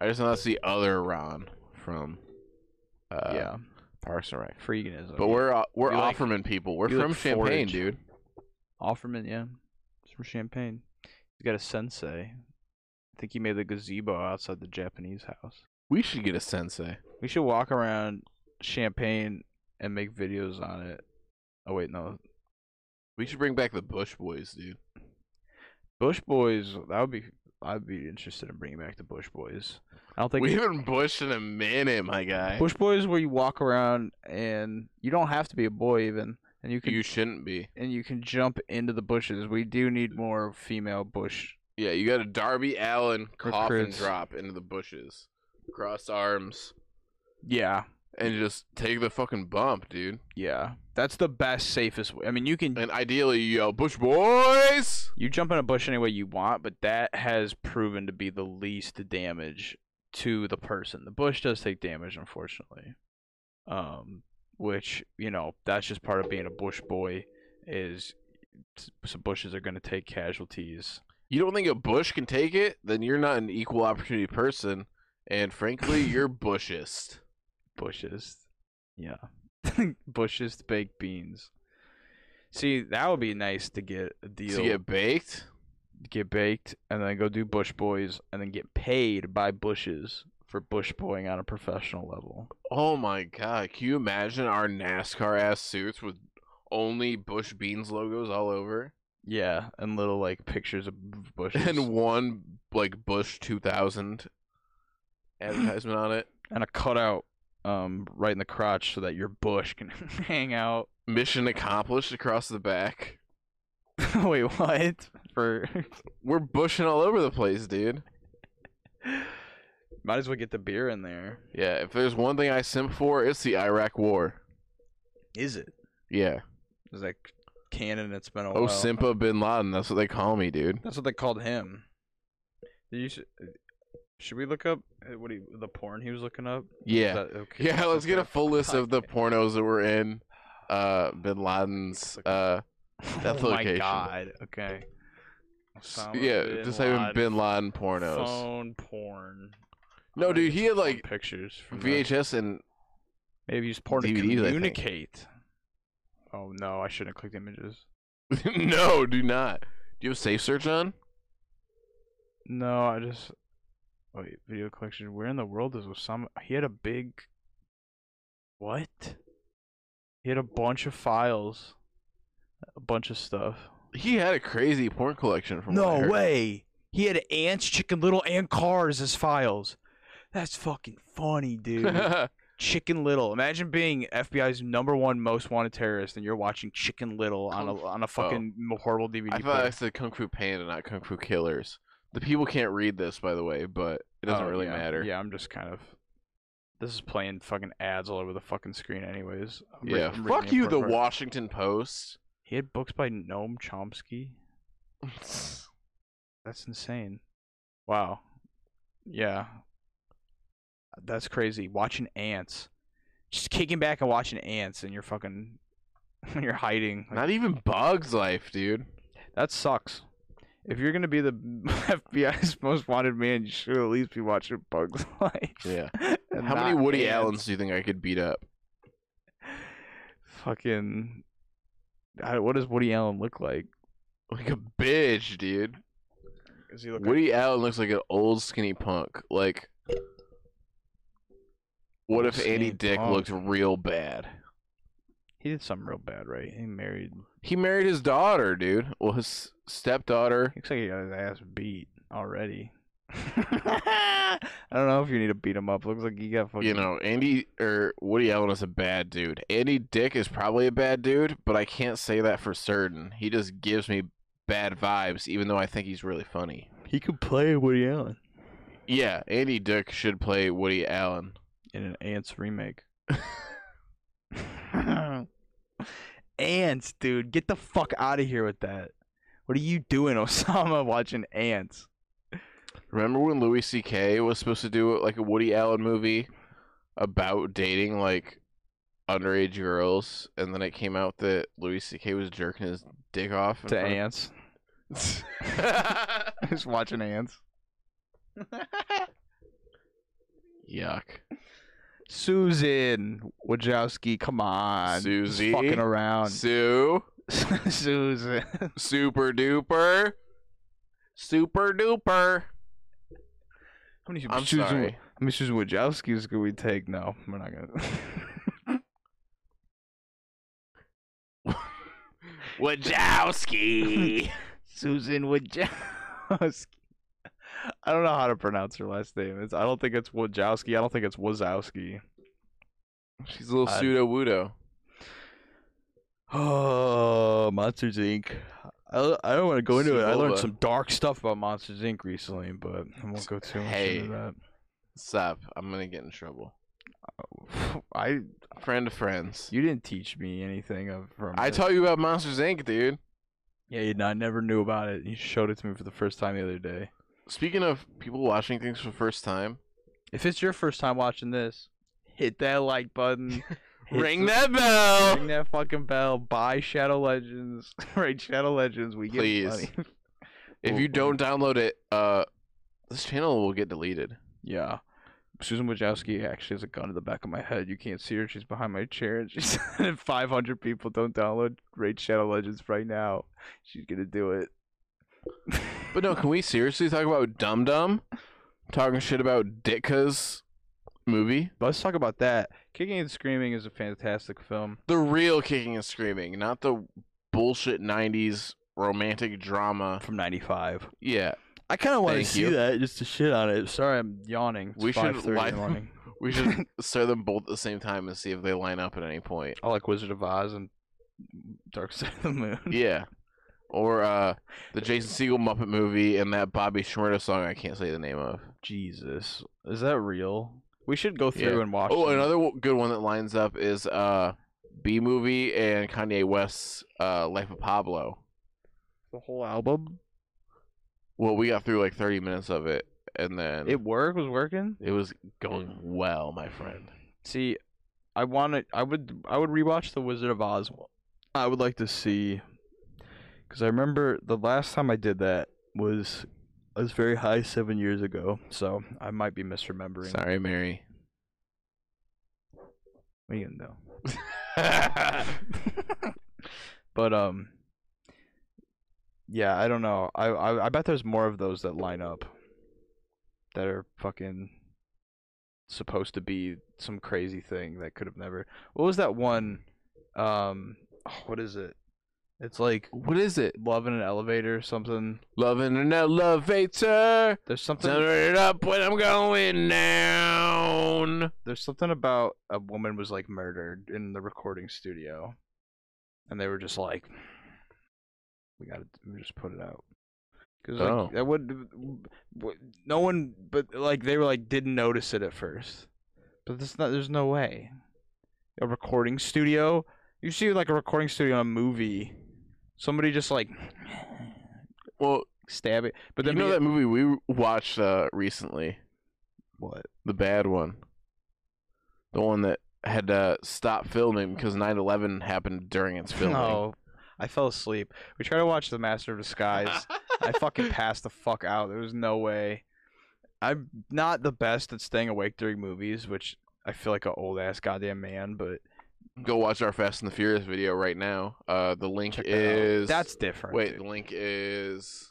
S2: I just know that's the other Ron from uh,
S1: yeah,
S2: Parks and Rec.
S1: freeganism.
S2: But we're o- we're
S1: You like-
S2: Offerman people. We're
S1: you like
S2: from Champagne,
S1: forage.
S2: dude.
S1: Offerman, yeah, he's from Champagne. He's got a sensei. I think he made the gazebo outside the Japanese house.
S2: We should get a sensei.
S1: We should walk around Champagne and make videos on it. Oh wait, no,
S2: We should bring back the Bush Boys, dude.
S1: Bush Boys. That would be. I'd be interested in bringing back the Bush Boys. I don't think
S2: we haven't bushed in a minute, my guy.
S1: Bush Boys where you walk around and you don't have to be a boy even, and you can
S2: You shouldn't be.
S1: and you can jump into the bushes. We do need more female bush.
S2: Yeah, you got a Darby Allen coffin
S1: Recruits.
S2: drop into the bushes, cross arms,
S1: Yeah,
S2: and just take the fucking bump, dude.
S1: yeah. That's the best, safest way. I mean, you can
S2: And ideally, you yell, "Bush Boys!"
S1: you jump in a bush any way you want, but that has proven to be the least damage to the person. The bush does take damage, unfortunately. Um, which you know that's just part of being a bush boy. Is s- some bushes are going to take casualties.
S2: you don't think a bush can take it, then you're not an equal opportunity person, and frankly, you're bushist.
S1: bushes. Yeah. bushes to baked beans. See, that would be nice to get a deal.
S2: To get baked
S1: get baked and then go do Bush Boys and then get paid by Bushes for Bush Boying on a professional level.
S2: Oh my god, can you imagine our NASCAR ass suits with only Bush Beans logos all over?
S1: Yeah, and little like pictures of b- bushes
S2: And one like Bush 2000 advertisement on it.
S1: and a cutout um right in the crotch so that your bush can hang out.
S2: Mission accomplished across the back.
S1: Wait, what? For
S2: We're bushing all over the place, dude.
S1: might as well get the beer in there.
S2: Yeah, if there's one thing I simp for, it's the Iraq War.
S1: Is it?
S2: Yeah.
S1: Is that canon? It's been a
S2: Oh,
S1: while.
S2: Simpa Bin Laden, that's what they call me, dude.
S1: That's what they called him. Did you should, should we look up uh, what he the porn he was looking up? Is
S2: Yeah.
S1: that okay?
S2: Yeah, let's get a full list of the
S1: Okay.
S2: pornos that were in uh Bin Laden's uh that's
S1: oh my
S2: location.
S1: god. Okay.
S2: s-
S1: Osama
S2: yeah,
S1: bin
S2: just having
S1: Laden
S2: Bin Laden pornos.
S1: Phone porn.
S2: No,
S1: I'm
S2: dude,
S1: gonna
S2: he
S1: get
S2: had,
S1: some
S2: like,
S1: pictures from the-
S2: VHS and
S1: Maybe he's porn to
S2: DVDs, I think.
S1: communicate. Oh no, I shouldn't have clicked images.
S2: no, do not. Do you have safe search on?
S1: No, I just wait. Video collection. Where in the world is Osama? He had a big. What? He had a bunch of files, a bunch of stuff.
S2: He had a crazy porn collection from what I heard.
S1: way. He had ants, Chicken Little, and cars as files. That's fucking funny, dude. Chicken Little. Imagine being FBI's number one most wanted terrorist, and you're watching Chicken Little on a
S2: Kung-
S1: on a fucking horrible DVD.
S2: Oh. I thought I said Kung Fu Panda, not Kung Fu Killers. The people can't read this, by the way, but it doesn't
S1: Oh,
S2: really
S1: yeah.
S2: matter.
S1: Yeah, I'm just kind of. This is playing fucking ads all over the fucking screen, anyways. I'm re-
S2: Yeah.
S1: I'm reading
S2: Fuck
S1: it
S2: you,
S1: part
S2: the
S1: by part.
S2: Washington Post.
S1: He had books by Noam Chomsky. That's insane. Wow. Yeah. That's crazy. Watching ants, just kicking back and watching ants, and you're fucking, you're hiding. Like,
S2: not even Bugs Life, dude.
S1: that sucks. If you're gonna be the FBI's most wanted man, you should at least be watching Bugs Life.
S2: Yeah.
S1: and
S2: How many
S1: not
S2: Woody
S1: ants.
S2: Allens do you think I could beat up?
S1: fucking I, what does Woody Allen look like?
S2: Like a bitch, dude.
S1: Is he
S2: Woody Allen looks like an old skinny punk. Like, what
S1: Old
S2: if Andy
S1: skinny
S2: Dick
S1: punk.
S2: looked real bad?
S1: He did something real bad, right? He married.
S2: He married his daughter, dude. Well, his stepdaughter.
S1: Looks like he got his ass beat already. I don't know if you need to beat him up. Looks like he got fucking.
S2: You know, Andy or Woody Allen is a bad dude. Andy Dick is probably a bad dude, but I can't say that for certain. He just gives me bad vibes, even though I think he's really funny.
S1: he could play Woody Allen
S2: Yeah, Andy Dick should play Woody Allen.
S1: in an Ants remake. ants, dude, get the fuck out of here with that. What are you doing, Osama? Watching ants?
S2: Remember when Louis C.K. was supposed to do like a Woody Allen movie about dating like underage girls, and then it came out that Louis C.K. was jerking his dick off in
S1: to
S2: front of-
S1: ants. Just watching ants.
S2: Yuck.
S1: Susan Wojowski, come on. Just
S2: Susie.
S1: Fucking around.
S2: Sue.
S1: Susan.
S2: Super duper. Super duper.
S1: How many
S2: I'm
S1: Susan,
S2: sorry.
S1: How many Susan Wojowskis could we take? No, we're not gonna.
S2: Wajowski.
S1: Susan Wojowski. I don't know how to pronounce her last name. It's, I don't think it's Wojowski. I don't think it's Wazowski.
S2: She's a little
S1: I-
S2: pseudo wudo.
S1: Oh, Monsters Inc. I, I don't want to go into it. I learned
S2: Sebova.
S1: some dark stuff about Monsters Inc. recently, but I won't go too much
S2: Hey.
S1: into that.
S2: Stop. I'm gonna get in trouble.
S1: I
S2: Friend of friends.
S1: you didn't teach me anything of from.
S2: I
S1: this.
S2: taught you about Monsters Inc., dude.
S1: Yeah, you know, I never knew about it. You showed it to me for the first time the other day.
S2: Speaking of people watching things for the first time,
S1: If it's your first time watching this, hit that like button. hit
S2: ring
S1: the-
S2: that bell.
S1: Ring that fucking bell. Buy Shadow Legends. right, Shadow Legends. We get
S2: Please.
S1: money.
S2: If you don't download it, uh, this channel will get deleted.
S1: Yeah. Susan Wojcicki actually has a gun to the back of my head. You can't see her. She's behind my chair. And she said, 500 people don't download Raid Shadow Legends right now. She's going to do it.
S2: But no, can we seriously talk about Dum Dum? Talking shit about Ditka's movie?
S1: Let's talk about that. Kicking and Screaming is a fantastic film.
S2: The real kicking and screaming, not the bullshit 90s romantic drama.
S1: From 95.
S2: Yeah,
S1: I kind of want to
S2: Thank
S1: see
S2: you.
S1: that just to shit on it. Sorry, I'm yawning. It's
S2: We should
S1: 5:30 in
S2: lie-
S1: the morning.
S2: we should start them both at the same time and see if they line up at any point.
S1: I like Wizard of Oz and Dark Side of the Moon.
S2: Yeah. Or uh, the Jason Segel Muppet movie and that Bobby Shmurda song I can't say the name of.
S1: Jesus, is that real? We should go
S2: Yeah.
S1: through and watch.
S2: Oh,
S1: them.
S2: another w- good one that lines up is uh, B movie and Kanye West's uh, Life of Pablo.
S1: the whole album.
S2: Well, we got through like 30 minutes of it, and then
S1: It work was working.
S2: it was going well, my friend.
S1: See, I want to. I would. I would rewatch the Wizard of Oz. one. I would like to see, because I remember the last time I did that was I was very high seven years ago. So I might be misremembering.
S2: Sorry, Mary.
S1: What are you gonna do? but um yeah i don't know I, I i bet there's more of those that line up that are fucking supposed to be some crazy thing that could have never what was that one um oh, what is it it's like
S2: what is it?
S1: love in an elevator or something
S2: Loving an elevator.
S1: there's something
S2: Turn it up when I'm going down.
S1: there's something about a woman was like murdered in the recording studio and they were just like we gotta we just put it out because like,
S2: Oh.
S1: that would w- no one but like they were like didn't notice it at first but that's not there's no way a recording studio you see like a recording studio in a movie somebody just like
S2: Well,
S1: stab it but
S2: you
S1: then
S2: know
S1: be-
S2: that movie we watched uh, recently,
S1: what
S2: the bad one, the one that had to stop filming because 9/11 happened during its filming.
S1: no i fell asleep we tried to watch the master of disguise I fucking passed the fuck out. There was no way. I'm not the best at staying awake during movies, which I feel like an old ass goddamn man, but
S2: Go watch our Fast and the Furious video right now. Uh, the link
S1: check that out.
S2: is
S1: that's different.
S2: wait.
S1: dude.
S2: The link is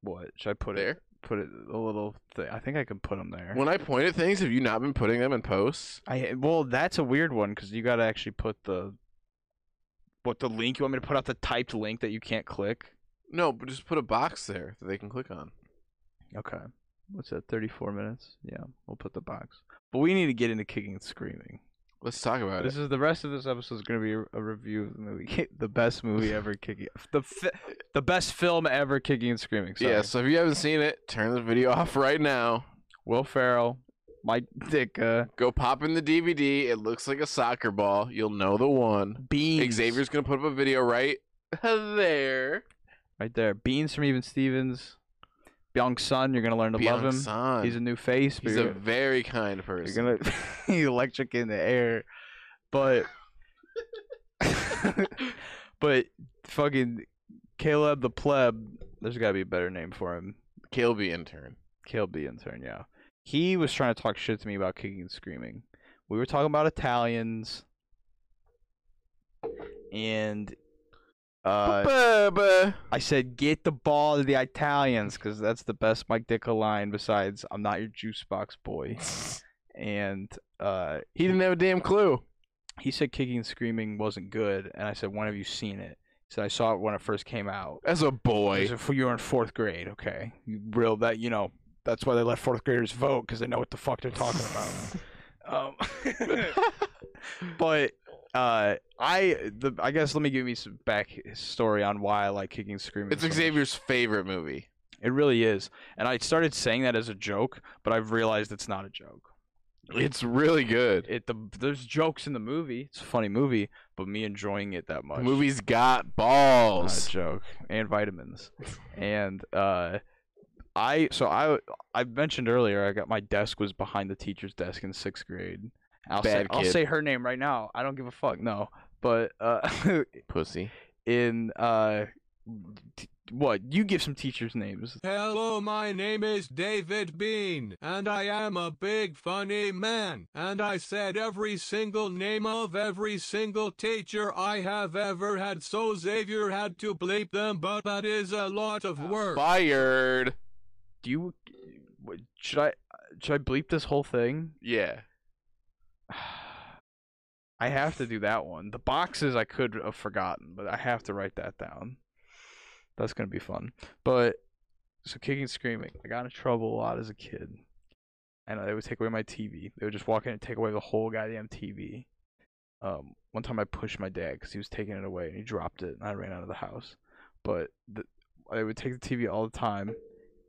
S1: what should I put
S2: there.
S1: it? put it a little. Th- I think I could put them there.
S2: When I point at things, have you not been putting them in posts?
S1: I well, that's a weird one because you got to actually put the what the link you want me to put out the typed link that you can't click.
S2: No, but just put a box there that they can click on.
S1: Okay, what's that? Thirty-four minutes. Yeah, we'll put the box. But we need to get into kicking and screaming.
S2: Let's talk about
S1: This
S2: it.
S1: is the rest of this episode is going to be a- a review of the movie, the best movie ever, kicking the fi- the best film ever, kicking and screaming. Sorry.
S2: Yeah, so if you haven't seen it, turn the video off right now.
S1: Will Ferrell, Mike Ditka,
S2: Go pop in the DVD. It looks like a soccer ball. You'll know the one.
S1: Beans.
S2: Xavier's gonna put up a video right there.
S1: right there. Beans from Even Stevens, Byung Sun. You're going to learn to love him.
S2: Byung-sun.
S1: He's a new face. but
S2: He's
S1: you're
S2: a
S1: gonna-
S2: very kind person.
S1: You're gonna electric in the air, but but fucking Caleb the pleb. There's gotta be a better name for him.
S2: Caleb intern.
S1: Caleb the intern. Yeah, he was trying to talk shit to me about kicking and screaming. We were talking about Italians, and uh,
S2: Ba-ba.
S1: I said get the ball to the Italians because that's the best Mike Ditka line. Besides, I'm not your juice box boy, and uh,
S2: he didn't have a damn clue.
S1: he said kicking and screaming wasn't good and i said when have you seen it he said i saw it when it first came out
S2: As a
S1: I
S2: boy.
S1: said, you were in fourth grade okay you real that you know that's why they let fourth graders vote because they know what the fuck they're talking about um, but uh i the i guess let me give me some back story on why i like kicking and screaming
S2: it's
S1: so much.
S2: Xavier's favorite movie.
S1: it really is and i started saying that as a joke but i've realized it's not a joke
S2: It's really good.
S1: it the there's jokes in the movie it's a funny movie but me enjoying it that
S2: The
S1: much
S2: movie's got
S1: Not a
S2: balls.
S1: joke and vitamins and uh i so i i mentioned earlier i got my desk was behind the teacher's desk in sixth grade i'll say
S2: Bad
S1: i'll
S2: kid.
S1: say her name right now i don't give a fuck no but uh
S2: Pussy.
S1: in uh t- what you give some teachers names
S3: Hello, my name is David Bean, and I am a big funny man, and I said every single name of every single teacher I have ever had, so Xavier had to bleep them, but that is a lot of work.
S2: Fired.
S1: do you what- should i should i bleep this whole thing
S2: Yeah.
S1: I have to do that one. The boxes I could have forgotten, but I have to write that down. That's gonna be fun. But so kicking, and screaming. I got in trouble a lot as a kid, and they would take away my TV. They would just walk in and take away the whole goddamn TV. Um, one time I pushed my dad because he was taking it away and he dropped it, and I ran out of the house. But the, I would take the TV all the time,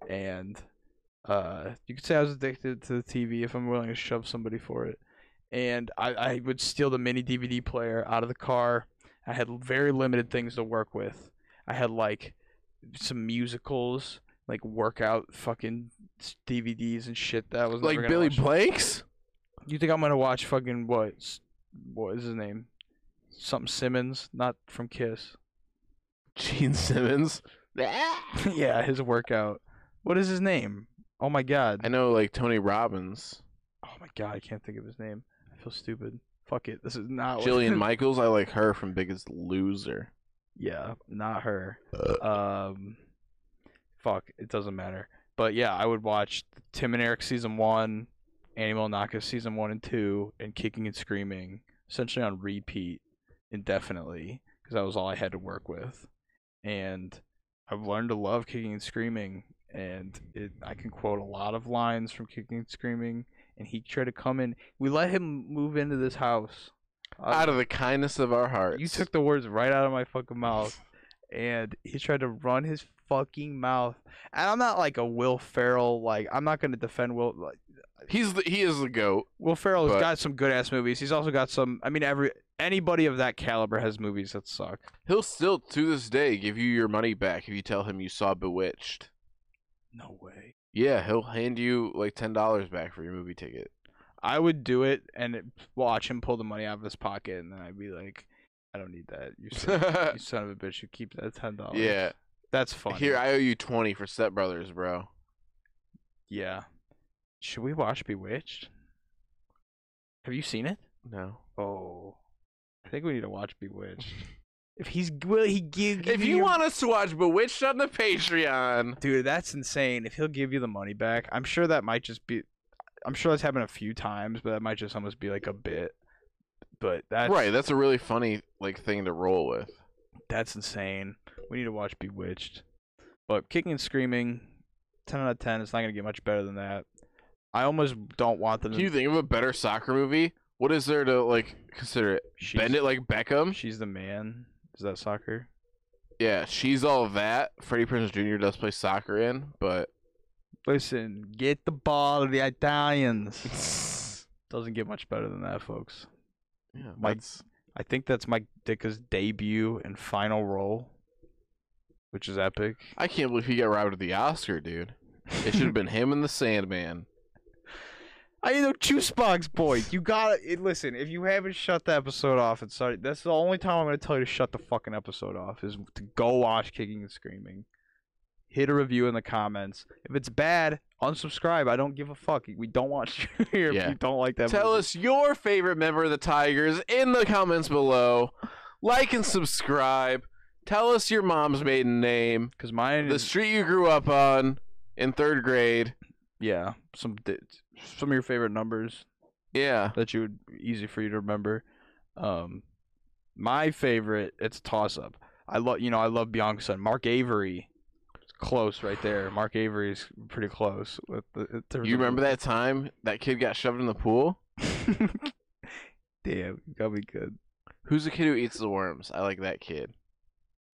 S1: and uh, you could say I was addicted to the TV if I'm willing to shove somebody for it and I, I would steal the mini DVD player out of the car. I had very limited things to work with. I had like some musicals, like workout fucking s- DVDs and shit that I was never
S2: Like
S1: gonna
S2: Billy
S1: watch.
S2: Blanks?
S1: You think I'm gonna watch fucking what? s- What is his name? Something Simmons, not from Kiss.
S2: Gene Simmons.
S1: yeah, his workout. What is his name? Oh my god.
S2: I know like Tony Robbins.
S1: Oh my god, I can't think of his name. I feel stupid. Fuck it. This is not what-
S2: Jillian Michaels, I like her from Biggest Loser.
S1: Yeah, not her. Um, fuck, it doesn't matter. But yeah, I would watch Tim and Eric season one, Animal Naka season one and two, and Kicking and Screaming essentially on repeat indefinitely because that was all I had to work with, and I've learned to love Kicking and Screaming, and it I can quote a lot of lines from Kicking and Screaming. And he tried to come in. We let him move into this house. Uh,
S2: Out of the kindness of our hearts.
S1: you took the words right out of my fucking mouth. And he tried to run his fucking mouth. And I'm not like a Will Ferrell. Like I'm not gonna defend Will. Like,
S2: He's the, he is the goat.
S1: Will Ferrell's
S2: But-
S1: got some good ass movies. He's also got some. I mean, every anybody of that caliber has movies that suck.
S2: He'll still to this day give you your money back if you tell him you saw Bewitched.
S1: No way.
S2: Yeah, he'll hand you like ten dollars back for your movie ticket.
S1: I would do it and it, watch him pull the money out of his pocket, and then I'd be like, I don't need that. You son, you son of a bitch. You keep that ten dollars.
S2: yeah,
S1: that's funny.
S2: here I owe you twenty for Step Brothers, bro.
S1: yeah. Should we watch Bewitched? Have you seen it?
S2: No,
S1: Oh, I think we need to watch Bewitched. If he's will he give, give
S2: If you
S1: your-
S2: want us to watch Bewitched on the Patreon,
S1: dude, that's insane. If he'll give you the money back, I'm sure that might just be. I'm sure that's happened a few times, but that might just almost be like a bit. But that's
S2: right? That's a really funny like thing to roll with.
S1: That's insane. We need to watch Bewitched. But kicking and screaming, ten out of ten. It's not gonna get much better than that. I almost don't want them.
S2: Can you think of a better soccer movie? What is there to like consider it?
S1: she's,
S2: Bend it like Beckham?
S1: She's the man. Is that soccer?
S2: Yeah, she's all that. Freddie Prinze Jr. does play soccer in, but
S1: Listen, get the ball to the Italians. Doesn't get much better than that, folks.
S2: yeah,
S1: Mike-
S2: that's-
S1: I think that's Mike Dica's debut and final role, which is epic.
S2: I can't believe he got robbed of the Oscar, dude. It should have been him and the Sandman.
S1: I ain't no juice box boy. You gotta it, listen. If you haven't shut the episode off, and started, that's the only time I'm gonna tell you to shut the fucking episode off is to go watch Kicking and Screaming. Hit a review in the comments. If it's bad, unsubscribe. I don't give a fuck. We don't want you here if
S2: Yeah.
S1: you don't like that.
S2: Tell
S1: movie.
S2: us your favorite member of the Tigers in the comments below. Like and subscribe. Tell us your mom's maiden name,
S1: because mine
S2: the
S1: is
S2: street you grew up on in third grade.
S1: yeah. Some di- some of your favorite numbers
S2: Yeah.
S1: that you would easy for you to remember. Um, my favorite. It's a toss up. I love you know I love Beyonce. Mark Avery, is close right there. Mark Avery is pretty close with the. in terms
S2: You
S1: of-
S2: remember that time that kid got shoved in the pool?
S1: Damn, you got me good.
S2: Who's the kid who eats the worms? I like that kid.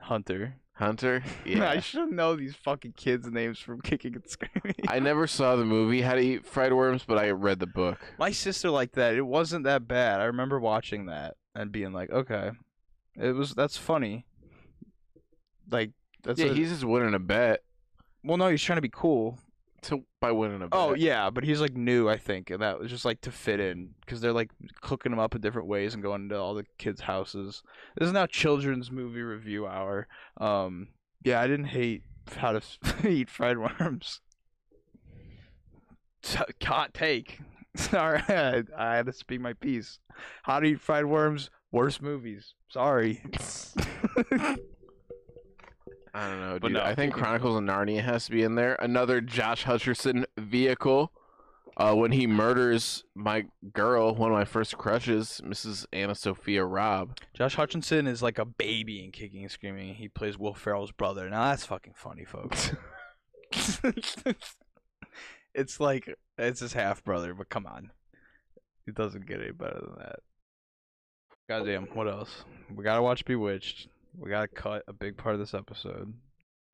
S1: Hunter.
S2: Hunter?
S1: I
S2: Yeah.
S1: should know these fucking kids' names from Kicking and Screaming.
S2: I never saw the movie How to Eat Fried Worms, but I read the book.
S1: my sister liked that. It wasn't that bad. I remember watching that and being like, okay, it was that's funny. Like that's
S2: yeah,
S1: a-
S2: he's just winning a bet
S1: well, no, he's trying to be cool.
S2: to by winning a bet.
S1: Oh yeah, but he's like new, I think, and that was just like to fit in because they're like cooking him up in different ways and going to all the kids' houses. This is now children's movie review hour. Um, yeah, I didn't hate how to eat fried worms. T- Hot take. Sorry, I I had to speak my piece. How to eat fried worms? Worst movies. Sorry.
S2: I don't know,
S1: But
S2: dude.
S1: no,
S2: I think
S1: Kicking-
S2: Chronicles of Narnia has to be in there. Another Josh Hutcherson vehicle. Uh, when he murders my girl, one of my first crushes, Mrs. Anna Sophia Robb.
S1: Josh Hutchinson is like a baby in Kicking and Screaming. He plays Will Ferrell's brother. Now that's fucking funny, folks. it's like it's his half brother, but come on, it doesn't get any better than that. Goddamn, what else? We gotta watch Bewitched. We gotta cut a big part of this episode.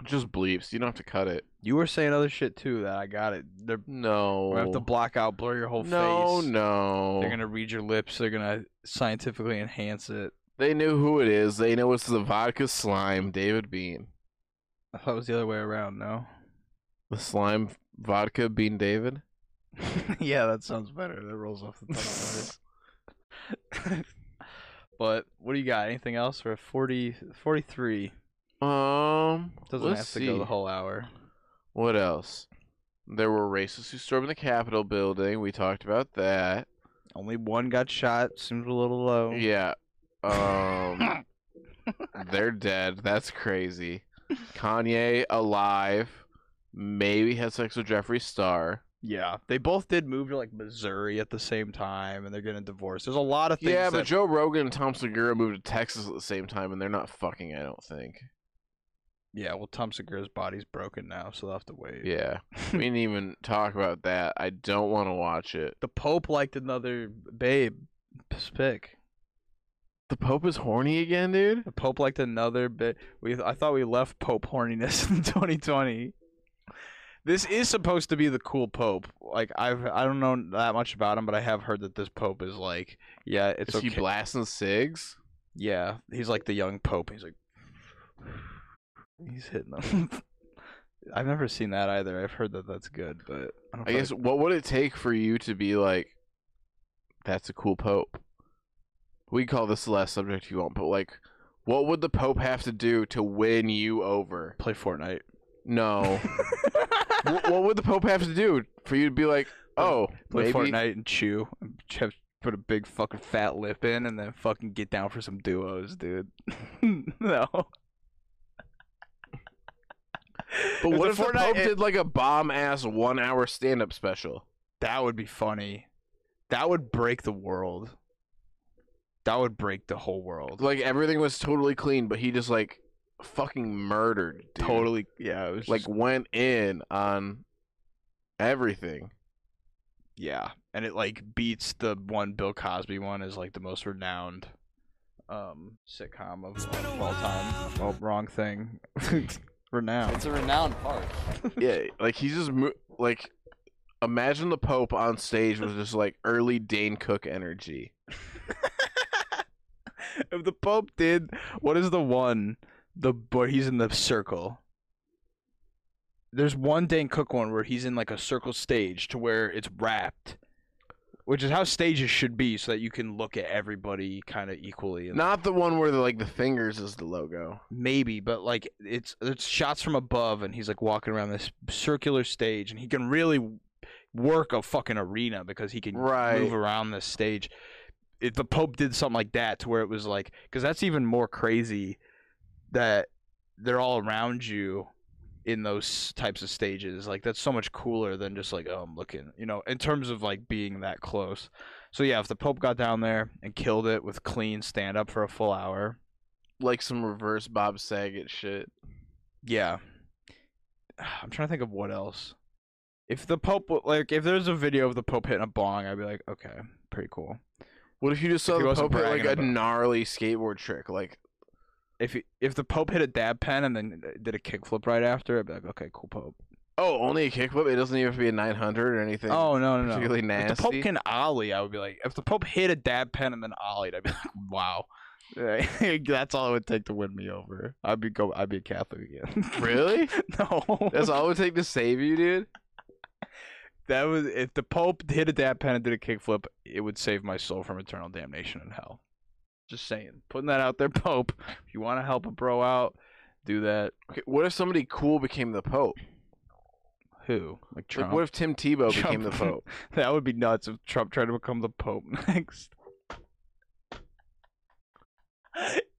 S2: Just bleeps. You don't have to cut it.
S1: You were saying other shit too that I got it. They're
S2: No.
S1: we have to block out, blur your whole
S2: no,
S1: face.
S2: no.
S1: They're gonna read your lips. They're gonna scientifically enhance it.
S2: They knew who it is. They know it's the vodka slime, David Bean.
S1: I thought it was the other way around. No.
S2: The slime vodka Bean David.
S1: yeah, that sounds better. That rolls off the tongue better. but what do you got? Anything else? We're at 40, 43.
S2: Um,
S1: Doesn't
S2: let's
S1: have to
S2: see.
S1: go the whole hour.
S2: What else? There were racists who stormed the Capitol building. We talked about that.
S1: Only one got shot. Seems a little low.
S2: Yeah. Um they're dead. That's crazy. Kanye alive. Maybe had sex with Jeffree Star.
S1: Yeah. They both did move to like Missouri at the same time, and they're getting divorced. There's a lot of things.
S2: Yeah, but
S1: that-
S2: Joe Rogan and Tom Segura moved to Texas at the same time and they're not fucking, I don't think.
S1: yeah. Well, Tom Segura's body's broken now, so they'll have to wait.
S2: Yeah. we didn't even talk about that. I don't want to watch it.
S1: The Pope liked another babe. His pick.
S2: The Pope is horny again, dude?
S1: The Pope liked another bit. We I thought we left Pope horniness in 2020. This is supposed to be the cool Pope. Like I've I don't know that much about him, but I have heard that this Pope is like yeah, it's
S2: Is
S1: okay.
S2: he blasting cigs?
S1: yeah, he's like the young Pope. He's like he's hitting them. I've never seen that either. I've heard that that's good, but I don't.
S2: I guess what would it take for you to be like, that's a cool pope? We call this the last subject if you want, but like, what would the pope have to do to win you over?
S1: play Fortnite.
S2: No. what, what would the pope have to do for you to be like, oh,
S1: Play
S2: maybe
S1: Fortnite and chew. and Have put a big fucking fat lip in and then fucking get down for some duos, dude. no.
S2: But what if the
S1: Fortnite
S2: Pope did like a bomb ass one hour stand up special?
S1: That would be funny. That would break the world. That would break the whole world.
S2: Like everything was totally clean, but he just like fucking murdered. Dude.
S1: Totally, yeah. It was
S2: Like
S1: like,
S2: went in on everything.
S1: yeah, and it like beats the one Bill Cosby one is like the most renowned um sitcom of all, all time. Well, wrong thing. renowned.
S4: It's a renowned park.
S2: yeah, like he's just mo- like imagine the Pope on stage with just like early Dane Cook energy.
S1: if the Pope did, what is the one? The where he's in the circle. There's one Dan Cook one where he's in like a circle stage to where it's wrapped, which is how stages should be, so that you can look at everybody kind of equally. and
S2: Not the one where the like the fingers is the logo.
S1: maybe but like it's it's shots from above and he's like walking around this circular stage and he can really work a fucking arena because he can
S2: Right.
S1: move around this stage if the pope did something like that to where it was like because that's even more crazy that they're all around you in those types of stages like that's so much cooler than just like oh i'm looking you know in terms of like being that close so yeah if the pope got down there and killed it with clean stand up for a full hour
S2: Like some reverse Bob Saget shit.
S1: yeah. I'm trying to think of what else. If the Pope, w- like, if there's a video of the Pope hitting a bong, I'd be like, okay, pretty cool.
S2: What if you just saw
S1: If he
S2: the
S1: wasn't
S2: Pope hit like
S1: bragging
S2: a
S1: about-
S2: gnarly skateboard trick? Like
S1: If he- if the Pope hit a dab pen and then uh, did a kickflip right after, I'd be like, okay, cool Pope.
S2: oh, only a kickflip. It doesn't even have to be a nine hundred or anything.
S1: Oh no, no, no.
S2: particularly
S1: If the Pope
S2: nasty.
S1: can ollie, I would be like, if the Pope hit a dab pen and then ollied, I'd be like, wow. Like, That's all it would take to win me over. I'd be go. I'd be a Catholic again.
S2: really?
S1: no,
S2: That's all it would take to save you, dude.
S1: that was if the Pope hit a dab pen and did a kickflip, it would save my soul from eternal damnation in hell. Just saying, putting that out there, Pope. If you want to help a bro out, do that.
S2: Okay, what if somebody cool became the Pope?
S1: Who? Like Trump?
S2: Like, what if Tim Tebow became
S1: Trump.
S2: the Pope?
S1: that would be nuts if Trump tried to become the Pope next.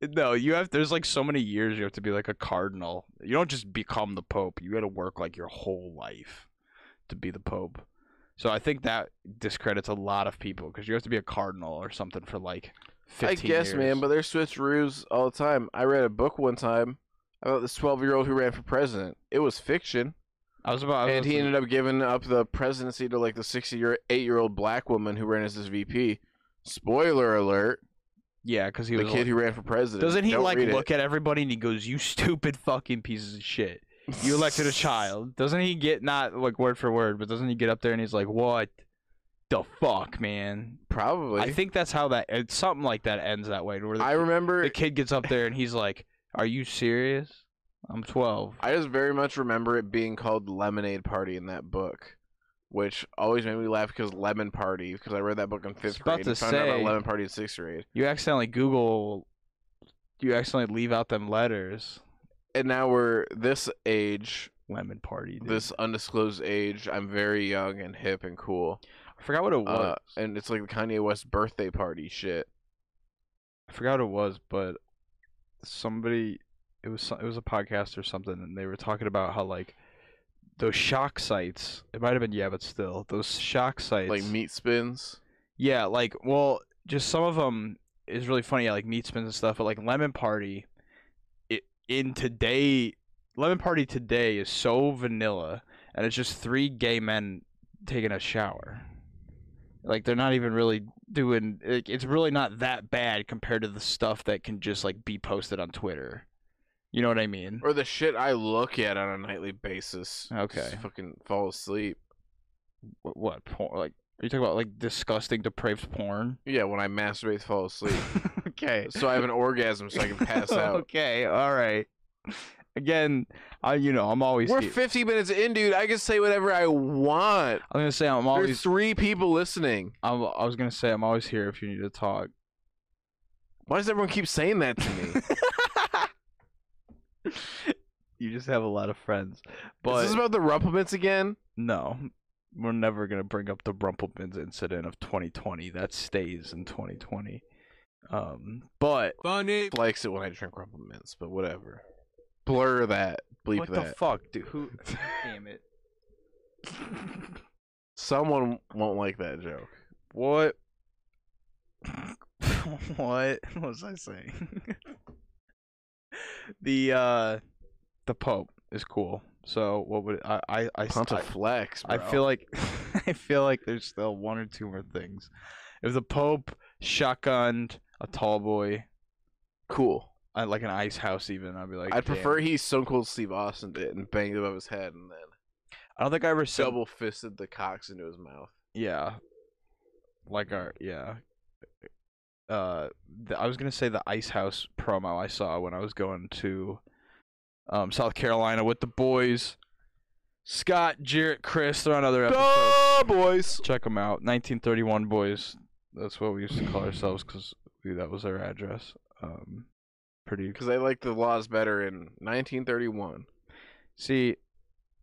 S1: no, you have. There's like so many years you have to be like a cardinal. You don't just become the Pope. You got to work like your whole life to be the Pope. So I think that discredits a lot of people because you have to be a cardinal or something for like. 15
S2: I guess, man,
S1: years.
S2: but there's switcheroos all the time. I read a book one time about this 12 year old who ran for president. It was fiction,
S1: I was about. I was
S2: and he
S1: listening-
S2: ended up giving up the presidency to like the 68 year old black woman who ran as his VP. Spoiler alert:
S1: yeah, because he
S2: the
S1: was.
S2: kid who ran for president.
S1: doesn't he
S2: Don't
S1: like
S2: read it.
S1: look at everybody and he goes, "You stupid fucking pieces of shit." you elected a child. Doesn't he get not like word for word, but doesn't he get up there and he's like, "What the fuck, man?"
S2: Probably.
S1: I think that's how that it's something like that ends that way. Where the,
S2: I remember.
S1: the kid gets up there and he's like, "Are you serious? I'm 12."
S2: I just very much remember it being called Lemonade Party in that book, which always made me laugh because Lemon Party. Because I read that book in fifth
S1: about
S2: grade. and
S1: to
S2: found out about
S1: say-
S2: Lemon Party in sixth grade,
S1: You accidentally Google, you accidentally leave out them letters.
S2: and now we're this age
S1: Lemon party. Dude.
S2: this undisclosed age. I'm very young and hip and cool.
S1: I forgot what it was.
S2: Uh, and it's like the Kanye West birthday party shit.
S1: I forgot what it was, but somebody it was so- it was a podcast or something, and they were talking about how like those shock sites. It might have been yeah, but still those shock sites.
S2: Like meat spins.
S1: Yeah, like well, just some of them is really funny. Yeah, like meat spins and stuff, but like Lemon Party, it in today Lemon Party today is so vanilla, and it's just three gay men taking a shower. Like they're not even really doing. Like, it's really not that bad compared to the stuff that can just like be posted on Twitter. You know what I mean?
S2: Or the shit I look at on a nightly basis.
S1: Okay.
S2: Just fucking fall asleep.
S1: What, what porn? Like are you talking about like disgusting depraved porn?
S2: Yeah, when I masturbate, fall asleep.
S1: okay.
S2: so I have an orgasm so I can pass out.
S1: okay, all right. Again, I you know I'm always.
S2: We're
S1: here.
S2: 50 minutes in, dude. I can say whatever I want.
S1: I'm gonna say I'm
S2: There's
S1: always.
S2: three people listening.
S1: I'm, I was gonna say I'm always here if you need to talk.
S2: Why does everyone keep saying that to me?
S1: you just have a lot of friends,
S2: Is
S1: but
S2: this about the rumplements again?
S1: no, We're never gonna bring up the Rumpelman's incident of 2020. That stays in 2020. Um, but
S3: Funny.
S2: Likes it when I drink Rumble Mints, but whatever. Blur that. Bleep
S1: what
S2: that.
S1: the fuck, dude? Who? Damn it!
S2: Someone won't like that joke.
S1: What? what was I saying? the uh, the Pope is cool. So what would I? I I, I,
S2: Pontiflex,
S1: I
S2: bro.
S1: feel like I feel like there's still one or two more things. If the Pope shotgunned a tall boy,
S2: cool.
S1: uh, like an ice house, even I'd be like,
S2: I'd
S1: "Damn."
S2: prefer he Stone Cold Steve Austin did and banged above his head and then
S1: I don't think I ever said.
S2: double fisted the cocks into his mouth.
S1: Yeah. Like our yeah. Uh, the, I was gonna say the Ice House promo I saw when I was going to, um, South Carolina with the boys, Scott, Jarrett, Chris. They're on other episodes.
S2: Duh, boys.
S1: Check them out. 1931 boys. That's what we used to call ourselves because that was our address. Um, pretty.
S2: Because I like the laws better in 1931.
S1: See,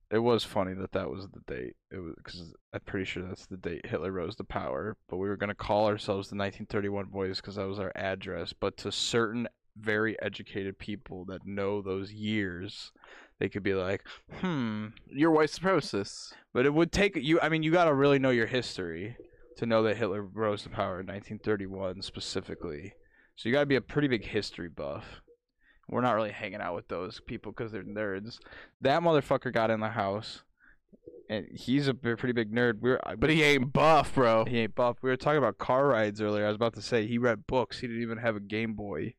S1: it was funny that that was the date. It was because I'm pretty sure that's the date Hitler rose to power. But we were gonna call ourselves the 1931 Boys because that was our address. But to certain very educated people that know those years, they could be like, hmm.
S2: You're white supremacists.
S1: But it would take you. I mean, you gotta really know your history to know that Hitler rose to power in 1931 specifically. So you gotta be a pretty big history buff. We're not really hanging out with those people because they're nerds. That motherfucker got in the house, and he's a b- pretty big nerd. We were, I-
S2: But he ain't buff, bro.
S1: he ain't buff. We were talking about car rides earlier. I was about to say he read books. He didn't even have a Game Boy,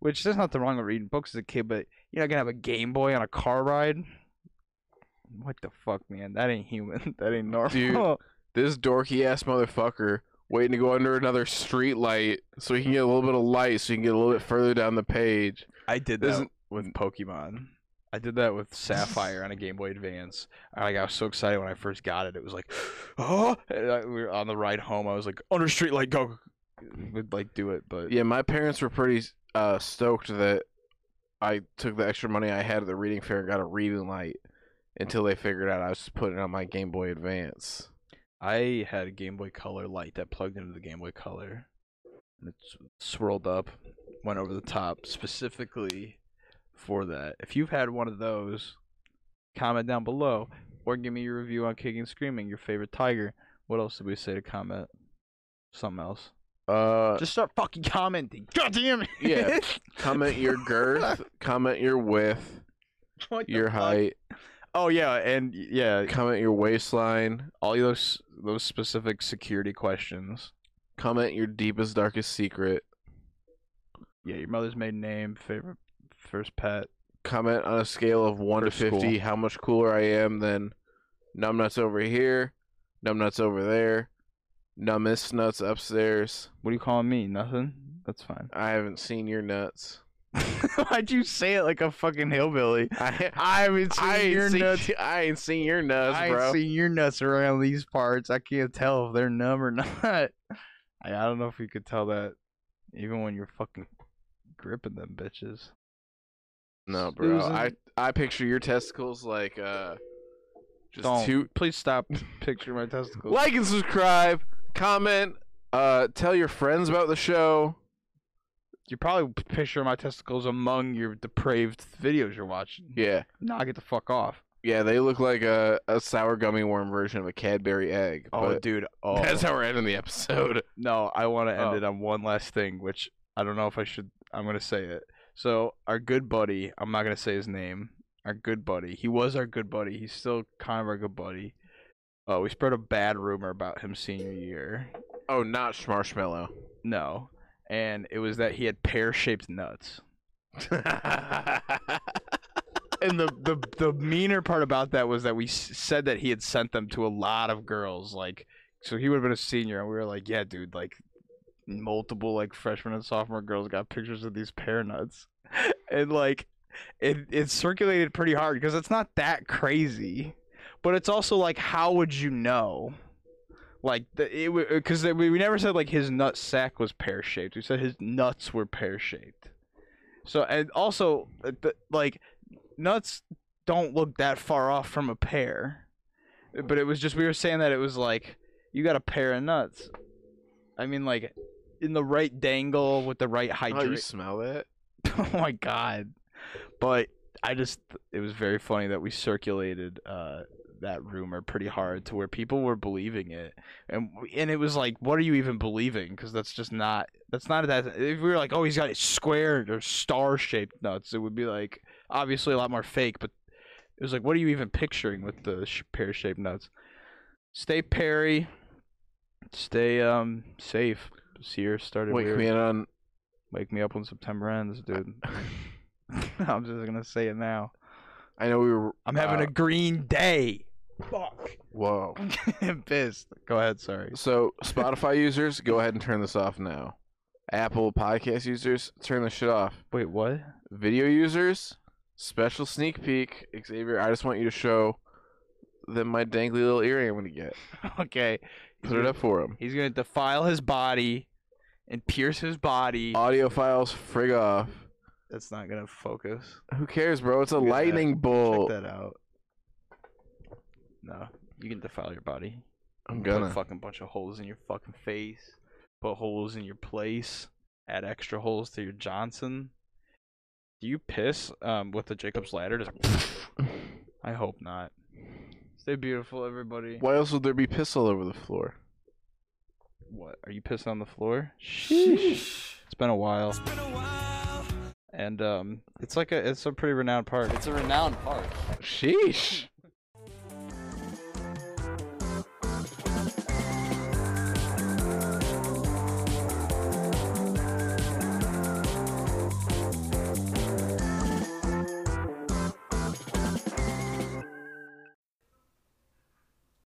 S1: which there's nothing wrong with reading books as a kid, but you're not gonna have a Game Boy on a car ride. What the fuck, man? That ain't human. That ain't normal.
S2: Dude. This dorky ass motherfucker waiting to go under another street light so he can get a little bit of light so he can get a little bit further down the page.
S1: I did
S2: This
S1: that with Pokemon. I did that with Sapphire on a Game Boy Advance. I, like, I was so excited when I first got it. It was like, oh! And I, we were on the ride home. I was like, under street light, go. Would like do it, but
S2: Yeah, my parents were pretty uh, stoked that I took the extra money I had at the reading fair and got a reading light until they figured out I was just putting it on my Game Boy Advance.
S1: I had a Game Boy Color light that plugged into the Game Boy Color. And it s- swirled up, went over the top specifically for that. If you've had one of those, comment down below or give me your review on Kicking and Screaming, your favorite tiger. What else did we say to comment? Something else.
S2: Uh,
S1: Just start fucking commenting. God damn it.
S2: Yeah. comment your girth, comment your width,
S1: What the
S2: your
S1: fuck?
S2: height,
S1: Oh yeah, and yeah,
S2: comment your waistline,
S1: all those those specific security questions.
S2: comment your deepest darkest secret,
S1: Yeah, your mother's maiden name, favorite first pet.
S2: comment on a scale of one
S1: First
S2: to
S1: school.
S2: fifty how much cooler I am than numbnuts over here, numbnuts over there, numbest nuts upstairs.
S1: What are you calling me? Nothing? That's fine.
S2: I haven't seen your nuts.
S1: Why'd you say it like a fucking hillbilly?
S2: I
S1: I haven't
S2: I
S1: seen
S2: ain't
S1: your
S2: seen,
S1: nuts.
S2: I ain't seen your nuts,
S1: I
S2: bro.
S1: ain't seen your nuts around these parts. I can't tell if they're numb or not. I, I don't know if you could tell that even when you're fucking gripping them bitches.
S2: no, bro.
S1: Susan.
S2: I I picture your testicles like uh, just
S1: Don't.
S2: two.
S1: Please stop picturing my testicles.
S2: Like and subscribe, comment, uh, tell your friends about the show.
S1: You're probably picturing my testicles among your depraved videos you're watching.
S2: Yeah,
S1: Nah, get the fuck off.
S2: yeah. They look like a, a sour gummy worm version of a Cadbury egg.
S1: Oh,
S2: but
S1: dude. Oh.
S2: That's how we're ending the episode.
S1: No, I want to end
S2: Oh.
S1: it on one last thing, which I don't know if I should. I'm gonna say it. So our good buddy, I'm not gonna say his name. Our good buddy, he was our good buddy. He's still kind of our good buddy. Uh, we spread a bad rumor about him senior year.
S2: Oh, notch marshmallow.
S1: No, and it was that he had pear-shaped nuts.
S2: Oh,
S1: And the the the meaner part about that was that we s- said that he had sent them to a lot of girls. Like, so he would have been a senior, and we were like, yeah, dude, like multiple like freshman and sophomore girls got pictures of these pear nuts, and like it it circulated pretty hard because it's not that crazy, but it's also like how would you know? Like the, it because we we never said like his nut sack was pear shaped. We said his nuts were pear shaped. So and also uh, the, like nuts don't look that far off from a pear. But it was just we were saying that it was like you got a pair of nuts. I mean, like in the right dangle with the right
S2: Oh, you
S1: hydration.
S2: smell that?
S1: Oh, my god! But I just it was very funny that we circulated uh, that rumor pretty hard to where people were believing it, and and it was like, what are you even believing? Because that's just not that's not that. If we were like, oh, he's got square or star shaped nuts, it would be like obviously a lot more fake. But it was like, what are you even picturing with the sh- pear shaped nuts? Stay Perry. Stay um safe. This year started
S2: Wait,
S1: weird.
S2: we on.
S1: Wake me up when September ends, dude. I'm just gonna say it now.
S2: I know we were.
S1: I'm having
S2: uh,
S1: a green day. Fuck.
S2: Whoa.
S1: I'm pissed. Go ahead. Sorry.
S2: So Spotify users, go ahead and turn this off now. Apple Podcast users, turn this shit off.
S1: Wait, what?
S2: Video users, special sneak peek. Xavier, I just want you to show them my dangly little earring I'm gonna get.
S1: Okay.
S2: Put it up for them.
S1: He's gonna defile his body and pierce his body.
S2: Audio files, frig off.
S1: That's not gonna focus.
S2: Who cares, bro? It's a
S1: Look at that.
S2: lightning bolt.
S1: Check that out. No, you can defile your body.
S2: I'm
S1: Put
S2: gonna.
S1: a fucking bunch of holes in your fucking face. Put holes in your place. Add extra holes to your Johnson. Do you piss um, with the Jacob's ladder? Just I hope not. Stay beautiful, everybody.
S2: Why else would there be piss all over the floor?
S1: What? Are you pissing on the floor? Sheesh. It's been a while,
S4: It's been a while.
S1: and um, it's like a it's a pretty renowned park.
S4: It's a renowned park.
S2: Sheesh.